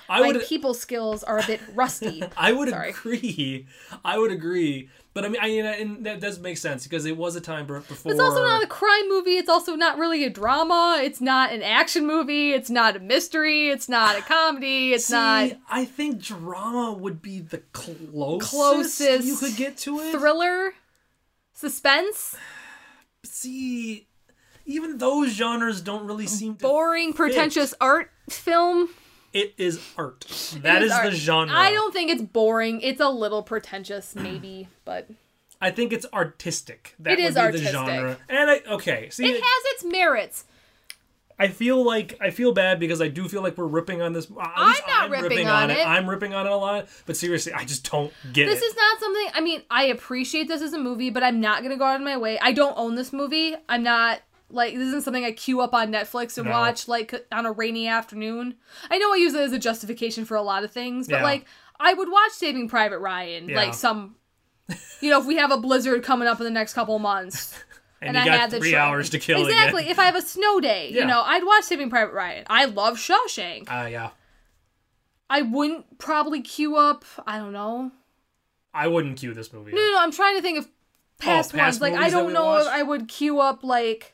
[SPEAKER 4] I
[SPEAKER 3] My
[SPEAKER 4] would
[SPEAKER 3] people skills are a
[SPEAKER 4] [LAUGHS]
[SPEAKER 3] bit rusty.
[SPEAKER 4] I would
[SPEAKER 3] Sorry.
[SPEAKER 4] agree. I would agree. But I mean, I mean, and that does make sense because it was a time b- before.
[SPEAKER 3] It's also not a crime movie. It's also not really a drama. It's not an action movie. It's not a mystery. It's not a comedy. It's
[SPEAKER 4] See,
[SPEAKER 3] not
[SPEAKER 4] I think drama would be the closest,
[SPEAKER 3] Closest
[SPEAKER 4] you could get to it.
[SPEAKER 3] thriller, suspense,
[SPEAKER 4] See, even those genres don't really seem to.
[SPEAKER 3] boring, pretentious art film.
[SPEAKER 4] It is art. That
[SPEAKER 3] It is
[SPEAKER 4] is,
[SPEAKER 3] art.
[SPEAKER 4] the genre.
[SPEAKER 3] I don't think it's boring. It's a little pretentious, maybe, but
[SPEAKER 4] I think it's artistic. That
[SPEAKER 3] It is
[SPEAKER 4] would be
[SPEAKER 3] artistic.
[SPEAKER 4] the genre. And I okay. See,
[SPEAKER 3] it has its merits.
[SPEAKER 4] I I feel like I feel bad because I do feel like we're ripping on this. at least
[SPEAKER 3] not ripping on it.
[SPEAKER 4] I'm ripping on it a lot, but seriously, I just don't get
[SPEAKER 3] This
[SPEAKER 4] it.
[SPEAKER 3] is not something. I mean, I appreciate this as a movie, but I'm not gonna go out of my way. I don't own this movie. I'm not like this isn't something I queue up on Netflix and
[SPEAKER 4] No.
[SPEAKER 3] watch like on a rainy afternoon. I know I use it as a justification for a lot of things, but
[SPEAKER 4] Yeah.
[SPEAKER 3] like I would watch Saving Private Ryan,
[SPEAKER 4] Yeah.
[SPEAKER 3] like some. You know, if we have a blizzard coming up in the next couple
[SPEAKER 4] [LAUGHS]
[SPEAKER 3] months,
[SPEAKER 4] and,
[SPEAKER 3] I
[SPEAKER 4] you got
[SPEAKER 3] had the
[SPEAKER 4] three
[SPEAKER 3] choice.
[SPEAKER 4] hours to kill again.
[SPEAKER 3] Exactly. If I have a snow day,
[SPEAKER 4] Yeah.
[SPEAKER 3] you know, I'd watch Saving Private Ryan. I love Shawshank.
[SPEAKER 4] [LAUGHS] Ah, yeah.
[SPEAKER 3] I wouldn't probably queue up. I don't know.
[SPEAKER 4] I wouldn't cue this movie.
[SPEAKER 3] No, no, no, I'm trying to think of past,
[SPEAKER 4] Oh,
[SPEAKER 3] ones.
[SPEAKER 4] past
[SPEAKER 3] Like I
[SPEAKER 4] movies that
[SPEAKER 3] don't
[SPEAKER 4] we
[SPEAKER 3] know if
[SPEAKER 4] watched?
[SPEAKER 3] I would queue up like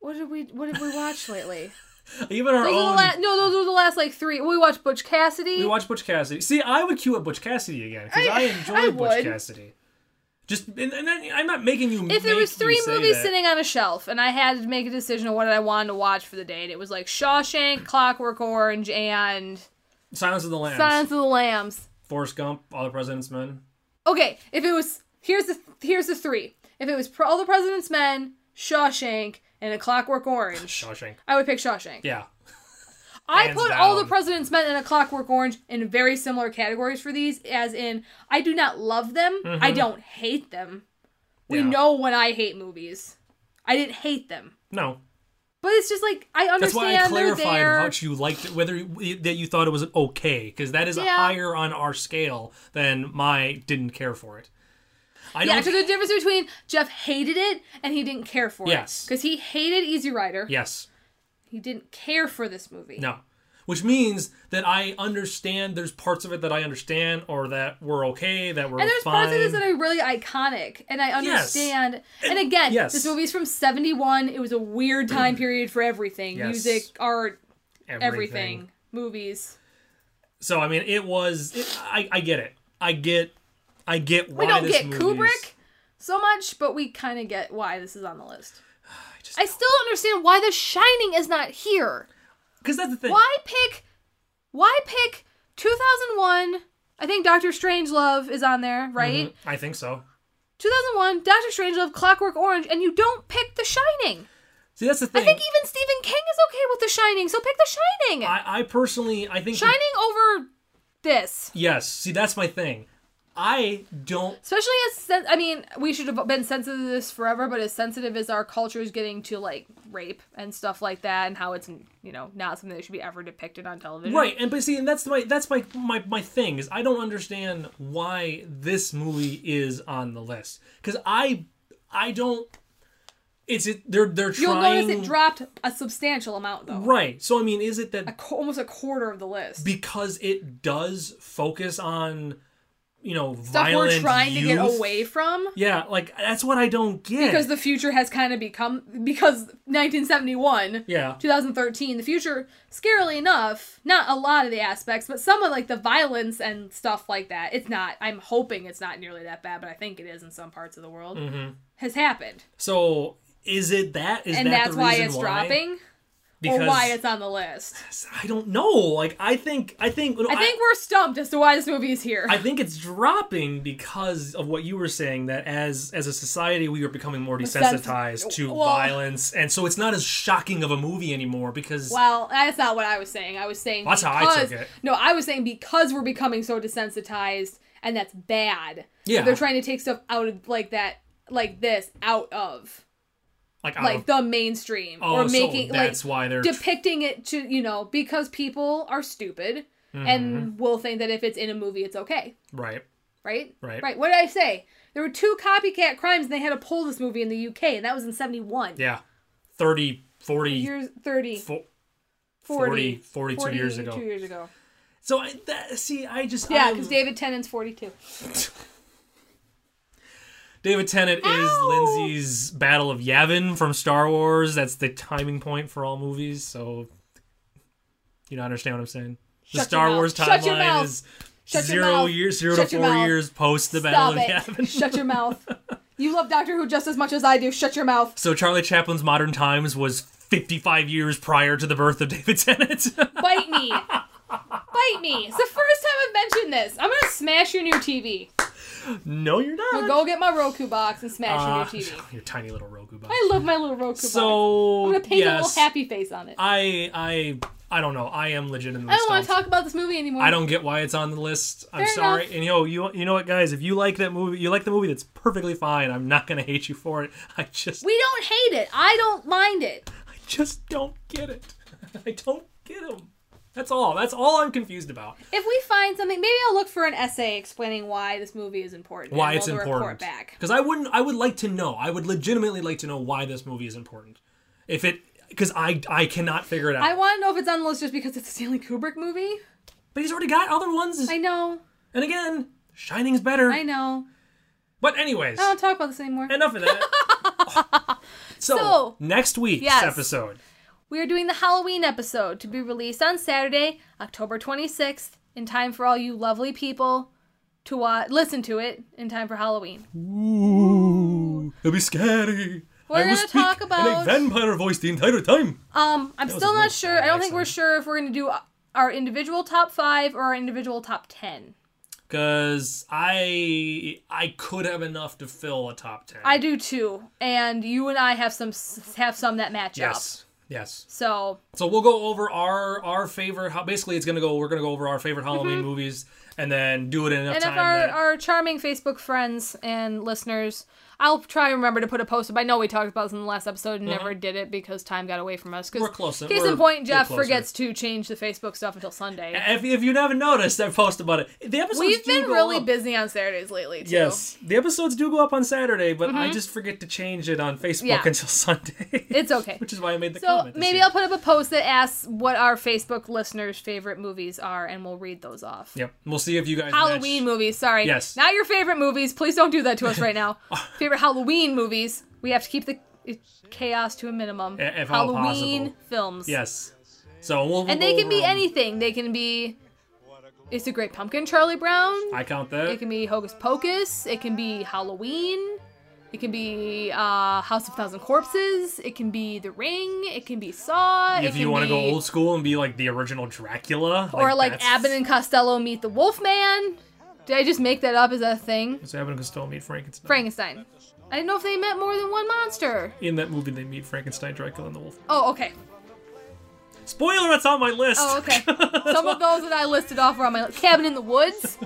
[SPEAKER 3] what did we what did we watch lately?
[SPEAKER 4] Even [LAUGHS] our
[SPEAKER 3] Those are
[SPEAKER 4] own.
[SPEAKER 3] the last no, those were the last like three. We watched Butch Cassidy.
[SPEAKER 4] We watched Butch Cassidy. See, I would queue up Butch Cassidy again because
[SPEAKER 3] I-
[SPEAKER 4] I, enjoy
[SPEAKER 3] I
[SPEAKER 4] Butch
[SPEAKER 3] would.
[SPEAKER 4] Cassidy. Just and, and then- I'm not making you.
[SPEAKER 3] if there
[SPEAKER 4] make
[SPEAKER 3] was
[SPEAKER 4] you
[SPEAKER 3] three
[SPEAKER 4] say
[SPEAKER 3] movies
[SPEAKER 4] that.
[SPEAKER 3] sitting on a shelf and I had to make a decision on what I wanted to watch for the day, and it was like
[SPEAKER 4] [CLEARS THROAT]
[SPEAKER 3] Shawshank, Clockwork Orange, and
[SPEAKER 4] Silence of the Lambs,
[SPEAKER 3] Silence of the Lambs.
[SPEAKER 4] Forrest Gump, All the President's Men.
[SPEAKER 3] Okay, if it was here's the here's the three. If it was Pro- All the President's Men, Shawshank, and A Clockwork Orange,
[SPEAKER 4] Shawshank.
[SPEAKER 3] I would pick Shawshank.
[SPEAKER 4] Yeah.
[SPEAKER 3] I
[SPEAKER 4] Hands
[SPEAKER 3] put all the
[SPEAKER 4] down.
[SPEAKER 3] President's Men and A Clockwork Orange in very similar categories for these, as in, I do not love them. I don't hate them. We
[SPEAKER 4] Mm-hmm. Yeah.
[SPEAKER 3] know when I hate movies. I didn't hate them.
[SPEAKER 4] No.
[SPEAKER 3] But it's just like, I
[SPEAKER 4] That's why I
[SPEAKER 3] understand they're
[SPEAKER 4] clarified how
[SPEAKER 3] there.
[SPEAKER 4] much you liked it, whether you, that you thought it was okay, because that is a
[SPEAKER 3] Yeah.
[SPEAKER 4] higher on our scale than my didn't care for it. I
[SPEAKER 3] yeah,
[SPEAKER 4] don't.
[SPEAKER 3] because the difference between Jeff hated it and he didn't care for
[SPEAKER 4] Yes.
[SPEAKER 3] it. Because he hated Easy Rider.
[SPEAKER 4] yes.
[SPEAKER 3] He didn't care for this movie.
[SPEAKER 4] No. Which means that I understand. There's parts of it that I understand, or that were okay, that were
[SPEAKER 3] And there's
[SPEAKER 4] fine.
[SPEAKER 3] parts of this that are really iconic, and I understand. And again,
[SPEAKER 4] yes.
[SPEAKER 3] this movie's from '71. It was a weird
[SPEAKER 4] [CLEARS THROAT]
[SPEAKER 3] time period for everything:
[SPEAKER 4] Yes.
[SPEAKER 3] music, art, everything,
[SPEAKER 4] everything.
[SPEAKER 3] movies.
[SPEAKER 4] So I mean, it was. It, I I get it. I get. I get
[SPEAKER 3] We
[SPEAKER 4] why
[SPEAKER 3] don't
[SPEAKER 4] this
[SPEAKER 3] get
[SPEAKER 4] movie
[SPEAKER 3] Kubrick
[SPEAKER 4] is-
[SPEAKER 3] so much, but we kind of get why this is on the
[SPEAKER 4] [SIGHS]
[SPEAKER 3] list. I, still don't understand why The Shining is not here.
[SPEAKER 4] Because that's the thing.
[SPEAKER 3] Why pick? Why pick 2001? I think Doctor Strangelove is on there, right?
[SPEAKER 4] Mm, I think so.
[SPEAKER 3] 2001, Doctor Strangelove, Clockwork Orange, and you don't pick The Shining.
[SPEAKER 4] See, that's the thing.
[SPEAKER 3] I think even Stephen King is okay with The Shining, so pick The Shining.
[SPEAKER 4] I, I personally, I think.
[SPEAKER 3] Shining over this,
[SPEAKER 4] Yes. See, that's my thing. I don't.
[SPEAKER 3] especially as sen- I mean, we should have been sensitive to this forever, but as sensitive as our culture is getting to like rape and stuff like that, and how it's you know not something that should be ever depicted on television.
[SPEAKER 4] Right, and but see, and that's my that's my, my my thing is I don't understand why this movie is on the list because I I don't. It's it they're they're
[SPEAKER 3] You'll
[SPEAKER 4] trying
[SPEAKER 3] notice it dropped a substantial amount though,
[SPEAKER 4] right. So I mean, is it that
[SPEAKER 3] A qu- almost a quarter of the list.
[SPEAKER 4] because it does focus on you know
[SPEAKER 3] stuff
[SPEAKER 4] violent
[SPEAKER 3] we're trying to get
[SPEAKER 4] youth.
[SPEAKER 3] away from.
[SPEAKER 4] Yeah, like that's what I don't get.
[SPEAKER 3] Because the future has kind of become because 1971,
[SPEAKER 4] yeah,
[SPEAKER 3] 2013 the future scarily enough not a lot of the aspects but some of like the violence and stuff like that it's not i'm hoping it's not nearly that bad but i think it is in some parts of the world has happened
[SPEAKER 4] so is it that Mm-hmm. is
[SPEAKER 3] and
[SPEAKER 4] that
[SPEAKER 3] that's
[SPEAKER 4] the
[SPEAKER 3] why
[SPEAKER 4] reason
[SPEAKER 3] it's dropping
[SPEAKER 4] because
[SPEAKER 3] or why it's on the list
[SPEAKER 4] I don't know. Like I think I think
[SPEAKER 3] i think we're stumped as to why this movie is here
[SPEAKER 4] I think it's dropping because of what you were saying that as as a society we are becoming more desensitized to
[SPEAKER 3] well-
[SPEAKER 4] violence and so it's not as shocking of a movie anymore because
[SPEAKER 3] well that's not what i was saying i was saying
[SPEAKER 4] That's how
[SPEAKER 3] because,
[SPEAKER 4] I took it.
[SPEAKER 3] no i was saying because we're becoming so desensitized and that's bad
[SPEAKER 4] Yeah.
[SPEAKER 3] they're trying to take stuff out of like that like this out of
[SPEAKER 4] like, I
[SPEAKER 3] like
[SPEAKER 4] don't-
[SPEAKER 3] the mainstream
[SPEAKER 4] oh,
[SPEAKER 3] or
[SPEAKER 4] so
[SPEAKER 3] making
[SPEAKER 4] that's
[SPEAKER 3] like
[SPEAKER 4] why they're
[SPEAKER 3] depicting it to you know because people are stupid
[SPEAKER 4] Mm-hmm.
[SPEAKER 3] and will think that if it's in a movie it's okay
[SPEAKER 4] right
[SPEAKER 3] right
[SPEAKER 4] Right.
[SPEAKER 3] right what did i say there were two copycat crimes and they had to pull this movie in the uk and that was in 71
[SPEAKER 4] yeah 30 40
[SPEAKER 3] years 30
[SPEAKER 4] fo-
[SPEAKER 3] 40,
[SPEAKER 4] 42 years ago.
[SPEAKER 3] two years ago
[SPEAKER 4] so I, that, see I just
[SPEAKER 3] yeah
[SPEAKER 4] I-
[SPEAKER 3] because david tennant's 42
[SPEAKER 4] David Tennant
[SPEAKER 3] Ow!
[SPEAKER 4] is Lindsay's Battle of Yavin from Star Wars. That's the timing point for all movies, so you don't understand what I'm saying. The
[SPEAKER 3] Shut your
[SPEAKER 4] Star
[SPEAKER 3] mouth.
[SPEAKER 4] Wars
[SPEAKER 3] Shut your
[SPEAKER 4] timeline
[SPEAKER 3] mouth.
[SPEAKER 4] is
[SPEAKER 3] Shut your
[SPEAKER 4] zero
[SPEAKER 3] mouth.
[SPEAKER 4] years, zero
[SPEAKER 3] Shut
[SPEAKER 4] to
[SPEAKER 3] your
[SPEAKER 4] four
[SPEAKER 3] mouth.
[SPEAKER 4] years post the
[SPEAKER 3] stop
[SPEAKER 4] Battle of
[SPEAKER 3] it
[SPEAKER 4] Yavin.
[SPEAKER 3] [LAUGHS] shut your
[SPEAKER 4] [LAUGHS]
[SPEAKER 3] mouth you love doctor who just as much as i do shut your mouth
[SPEAKER 4] so Charlie Chaplin's Modern Times was 55 years prior to the birth of [LAUGHS] David Tennant.
[SPEAKER 3] bite me bite me it's the first time i've mentioned this i'm gonna smash your new tv
[SPEAKER 4] No, you're not.
[SPEAKER 3] Go get my Roku box and smash
[SPEAKER 4] [LAUGHS] Uh,
[SPEAKER 3] it in your TV.
[SPEAKER 4] your tiny little Roku box.
[SPEAKER 3] I love my little Roku box.
[SPEAKER 4] so
[SPEAKER 3] I'm gonna paint a
[SPEAKER 4] yes,
[SPEAKER 3] little happy face on it. I,
[SPEAKER 4] I I I don't know. I am legitimately.
[SPEAKER 3] don't want to
[SPEAKER 4] stumped.
[SPEAKER 3] talk about this movie anymore.
[SPEAKER 4] I don't get why it's on the list. I'm
[SPEAKER 3] Fair
[SPEAKER 4] sorry.
[SPEAKER 3] enough.
[SPEAKER 4] And you know, you you know what, guys? If you like that movie, you like the movie. That's perfectly fine. I'm not gonna hate you for it. I just
[SPEAKER 3] We don't hate it. I don't mind it.
[SPEAKER 4] I just don't get it. [LAUGHS] I don't get them. That's all. That's all I'm confused about.
[SPEAKER 3] If we find something, maybe I'll look for an essay explaining why this movie is important. and
[SPEAKER 4] Why
[SPEAKER 3] we'll
[SPEAKER 4] it's
[SPEAKER 3] do a
[SPEAKER 4] important?
[SPEAKER 3] Report back.
[SPEAKER 4] Because I wouldn't. I would like to know. I would legitimately like to know why this movie is important. If it, because I I cannot figure it out.
[SPEAKER 3] I want to know if it's on the list just because it's a Stanley Kubrick movie.
[SPEAKER 4] but he's already got other ones.
[SPEAKER 3] I know.
[SPEAKER 4] and again, Shining's better.
[SPEAKER 3] I know.
[SPEAKER 4] But anyways,
[SPEAKER 3] I don't talk about this anymore.
[SPEAKER 4] enough of that.
[SPEAKER 3] [LAUGHS]
[SPEAKER 4] [LAUGHS] so,
[SPEAKER 3] So,
[SPEAKER 4] next week's
[SPEAKER 3] yes.
[SPEAKER 4] episode.
[SPEAKER 3] We are doing the Halloween episode to be released on Saturday, October 26th, in time for all you lovely people to watch, listen to it in time for Halloween.
[SPEAKER 4] Ooh, it'll be scary.
[SPEAKER 3] We're gonna talk about-
[SPEAKER 4] vampire voice the entire time.
[SPEAKER 3] Um, I'm
[SPEAKER 4] was
[SPEAKER 3] still
[SPEAKER 4] a
[SPEAKER 3] not
[SPEAKER 4] really
[SPEAKER 3] sure.
[SPEAKER 4] bad
[SPEAKER 3] I don't think we're
[SPEAKER 4] accent.
[SPEAKER 3] sure if we're going to do our individual top five or our individual top 10.
[SPEAKER 4] Cause I I could have enough to fill a top ten.
[SPEAKER 3] I do too, and you and I have some have some that match up.
[SPEAKER 4] yes yes.
[SPEAKER 3] So
[SPEAKER 4] So we'll go over our our favorite. ho- Basically, it's gonna go. We're gonna go over our favorite Halloween movies and then do it in enough
[SPEAKER 3] Mm-hmm. and if
[SPEAKER 4] time.
[SPEAKER 3] our,
[SPEAKER 4] that-
[SPEAKER 3] our charming Facebook friends and listeners, I'll try and remember to put a post up. I know we talked about this in the last episode and never did it because time got away from us. 'cause
[SPEAKER 4] Mm-hmm. We're close.
[SPEAKER 3] Case
[SPEAKER 4] We're-
[SPEAKER 3] in point,
[SPEAKER 4] we're
[SPEAKER 3] Jeff
[SPEAKER 4] closer.
[SPEAKER 3] forgets to change the Facebook stuff until Sunday.
[SPEAKER 4] if, if you haven't noticed, I post about it. The episodes
[SPEAKER 3] We've
[SPEAKER 4] do
[SPEAKER 3] been
[SPEAKER 4] go
[SPEAKER 3] really
[SPEAKER 4] up.
[SPEAKER 3] busy on Saturdays lately too.
[SPEAKER 4] Yes, the episodes do go up on Saturday, but I just forget to change it on Facebook
[SPEAKER 3] Mm-hmm. Yeah.
[SPEAKER 4] until [LAUGHS] Sunday.
[SPEAKER 3] It's okay.
[SPEAKER 4] which is why I made the
[SPEAKER 3] So
[SPEAKER 4] comment. this
[SPEAKER 3] maybe
[SPEAKER 4] year.
[SPEAKER 3] I'll put up a post that asks what our Facebook listeners' favorite movies are, and we'll read those off.
[SPEAKER 4] Yep, we'll see if you guys
[SPEAKER 3] Halloween
[SPEAKER 4] Match.
[SPEAKER 3] movies. Sorry.
[SPEAKER 4] Yes. Oh.
[SPEAKER 3] Not your favorite movies. Please don't do that to us right
[SPEAKER 4] [LAUGHS]
[SPEAKER 3] now. favorite Halloween movies. We have to keep the chaos to a minimum.
[SPEAKER 4] I- if all
[SPEAKER 3] Halloween
[SPEAKER 4] possible.
[SPEAKER 3] films.
[SPEAKER 4] Yes, so we'll, we'll
[SPEAKER 3] And they
[SPEAKER 4] go
[SPEAKER 3] can be
[SPEAKER 4] over 'em.
[SPEAKER 3] anything. They can be. It's a Great Pumpkin, Charlie Brown.
[SPEAKER 4] I count that.
[SPEAKER 3] It can be Hocus Pocus. It can be Halloween. It can be uh, House of Thousand Corpses. It can be The Ring. It can be Saw.
[SPEAKER 4] if
[SPEAKER 3] it
[SPEAKER 4] you
[SPEAKER 3] can
[SPEAKER 4] want to
[SPEAKER 3] be-
[SPEAKER 4] go old school and be like the original Dracula,
[SPEAKER 3] or like
[SPEAKER 4] that's-
[SPEAKER 3] Abbott and Costello meet the Wolfman. Did I just make that up? Is that a thing?
[SPEAKER 4] So Abbott and Costello meet Frankenstein.
[SPEAKER 3] Frankenstein. I didn't know if they met more than one monster.
[SPEAKER 4] In that movie, they meet Frankenstein, Dracula, and the Wolf.
[SPEAKER 3] Oh, okay.
[SPEAKER 4] Spoiler, that's on my list.
[SPEAKER 3] Oh,
[SPEAKER 4] [LAUGHS]
[SPEAKER 3] okay. Some of those that I listed off were on my list. Cabin in the Woods,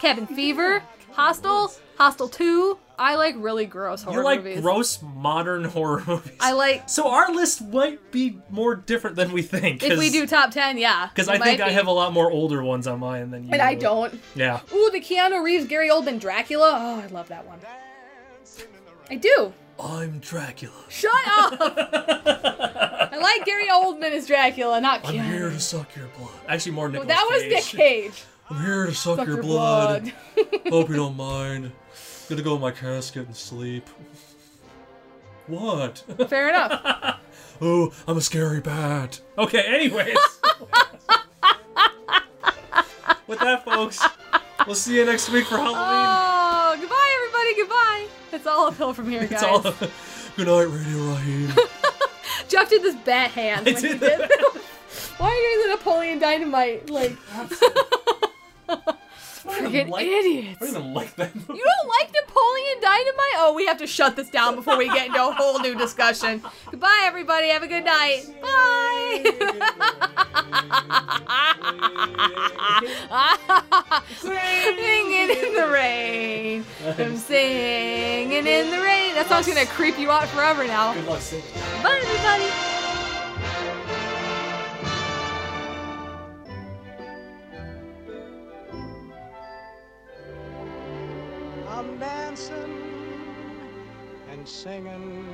[SPEAKER 3] Cabin Fever, Hostel, Hostel 2. I like really gross horror
[SPEAKER 4] you like
[SPEAKER 3] movies.
[SPEAKER 4] gross modern horror movies.
[SPEAKER 3] I like-
[SPEAKER 4] So our list might be more different than we think.
[SPEAKER 3] if we
[SPEAKER 4] 'cause-
[SPEAKER 3] do top 10, yeah.
[SPEAKER 4] Because
[SPEAKER 3] it
[SPEAKER 4] I think
[SPEAKER 3] might
[SPEAKER 4] I
[SPEAKER 3] be.
[SPEAKER 4] have a lot more older ones on mine than you.
[SPEAKER 3] And I
[SPEAKER 4] do.
[SPEAKER 3] don't.
[SPEAKER 4] Yeah.
[SPEAKER 3] Ooh, the Keanu Reeves, Gary Oldman, Dracula. Oh, I love that one. I do.
[SPEAKER 4] I'm Dracula.
[SPEAKER 3] Shut
[SPEAKER 4] [LAUGHS]
[SPEAKER 3] up! I like Gary Oldman as Dracula, not
[SPEAKER 4] I'm here
[SPEAKER 3] Keanu.
[SPEAKER 4] to suck your blood. Actually, more Nicolas
[SPEAKER 3] That was Nick
[SPEAKER 4] Cage.
[SPEAKER 3] Cage.
[SPEAKER 4] I'm here to suck,
[SPEAKER 3] Suck
[SPEAKER 4] your,
[SPEAKER 3] your
[SPEAKER 4] blood.
[SPEAKER 3] blood. [LAUGHS]
[SPEAKER 4] [LAUGHS] Hope you don't mind. Gonna go in my casket and sleep. What?
[SPEAKER 3] Fair enough.
[SPEAKER 4] [LAUGHS] oh, I'm a scary bat. Okay. Anyways. [LAUGHS] With that, folks, we'll see you next week for Halloween.
[SPEAKER 3] Oh, goodbye, everybody. Goodbye. It's all uphill from here, guys.
[SPEAKER 4] it's all. [LAUGHS] Good night, Radio
[SPEAKER 3] [LAUGHS]
[SPEAKER 4] Raheem.
[SPEAKER 3] Jeff did this bat hand.
[SPEAKER 4] I
[SPEAKER 3] when
[SPEAKER 4] did
[SPEAKER 3] he
[SPEAKER 4] that.
[SPEAKER 3] that. [LAUGHS] Why are you doing the Napoleon Dynamite?
[SPEAKER 4] [LAUGHS]
[SPEAKER 3] Like, freaking
[SPEAKER 4] like-
[SPEAKER 3] idiots.
[SPEAKER 4] I don't even like that. movie.
[SPEAKER 3] You don't like Napoleon Dynamite? Oh, we have to shut this down before we get into a whole new discussion. Goodbye, everybody. Have a good night.
[SPEAKER 4] [LAUGHS]
[SPEAKER 3] Bye. singing in the rain. I'm singing in the rain. That song's gonna creep you out forever now.
[SPEAKER 4] Good luck singing.
[SPEAKER 3] Bye, everybody.
[SPEAKER 6] I'm dancing and singing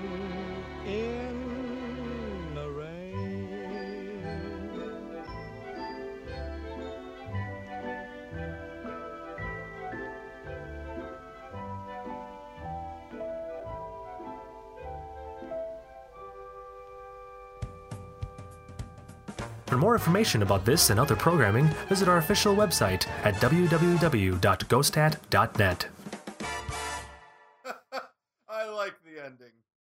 [SPEAKER 6] in the rain.
[SPEAKER 7] For more information about this and other programming, visit our official website at www.ghostat.net.
[SPEAKER 8] I like the ending.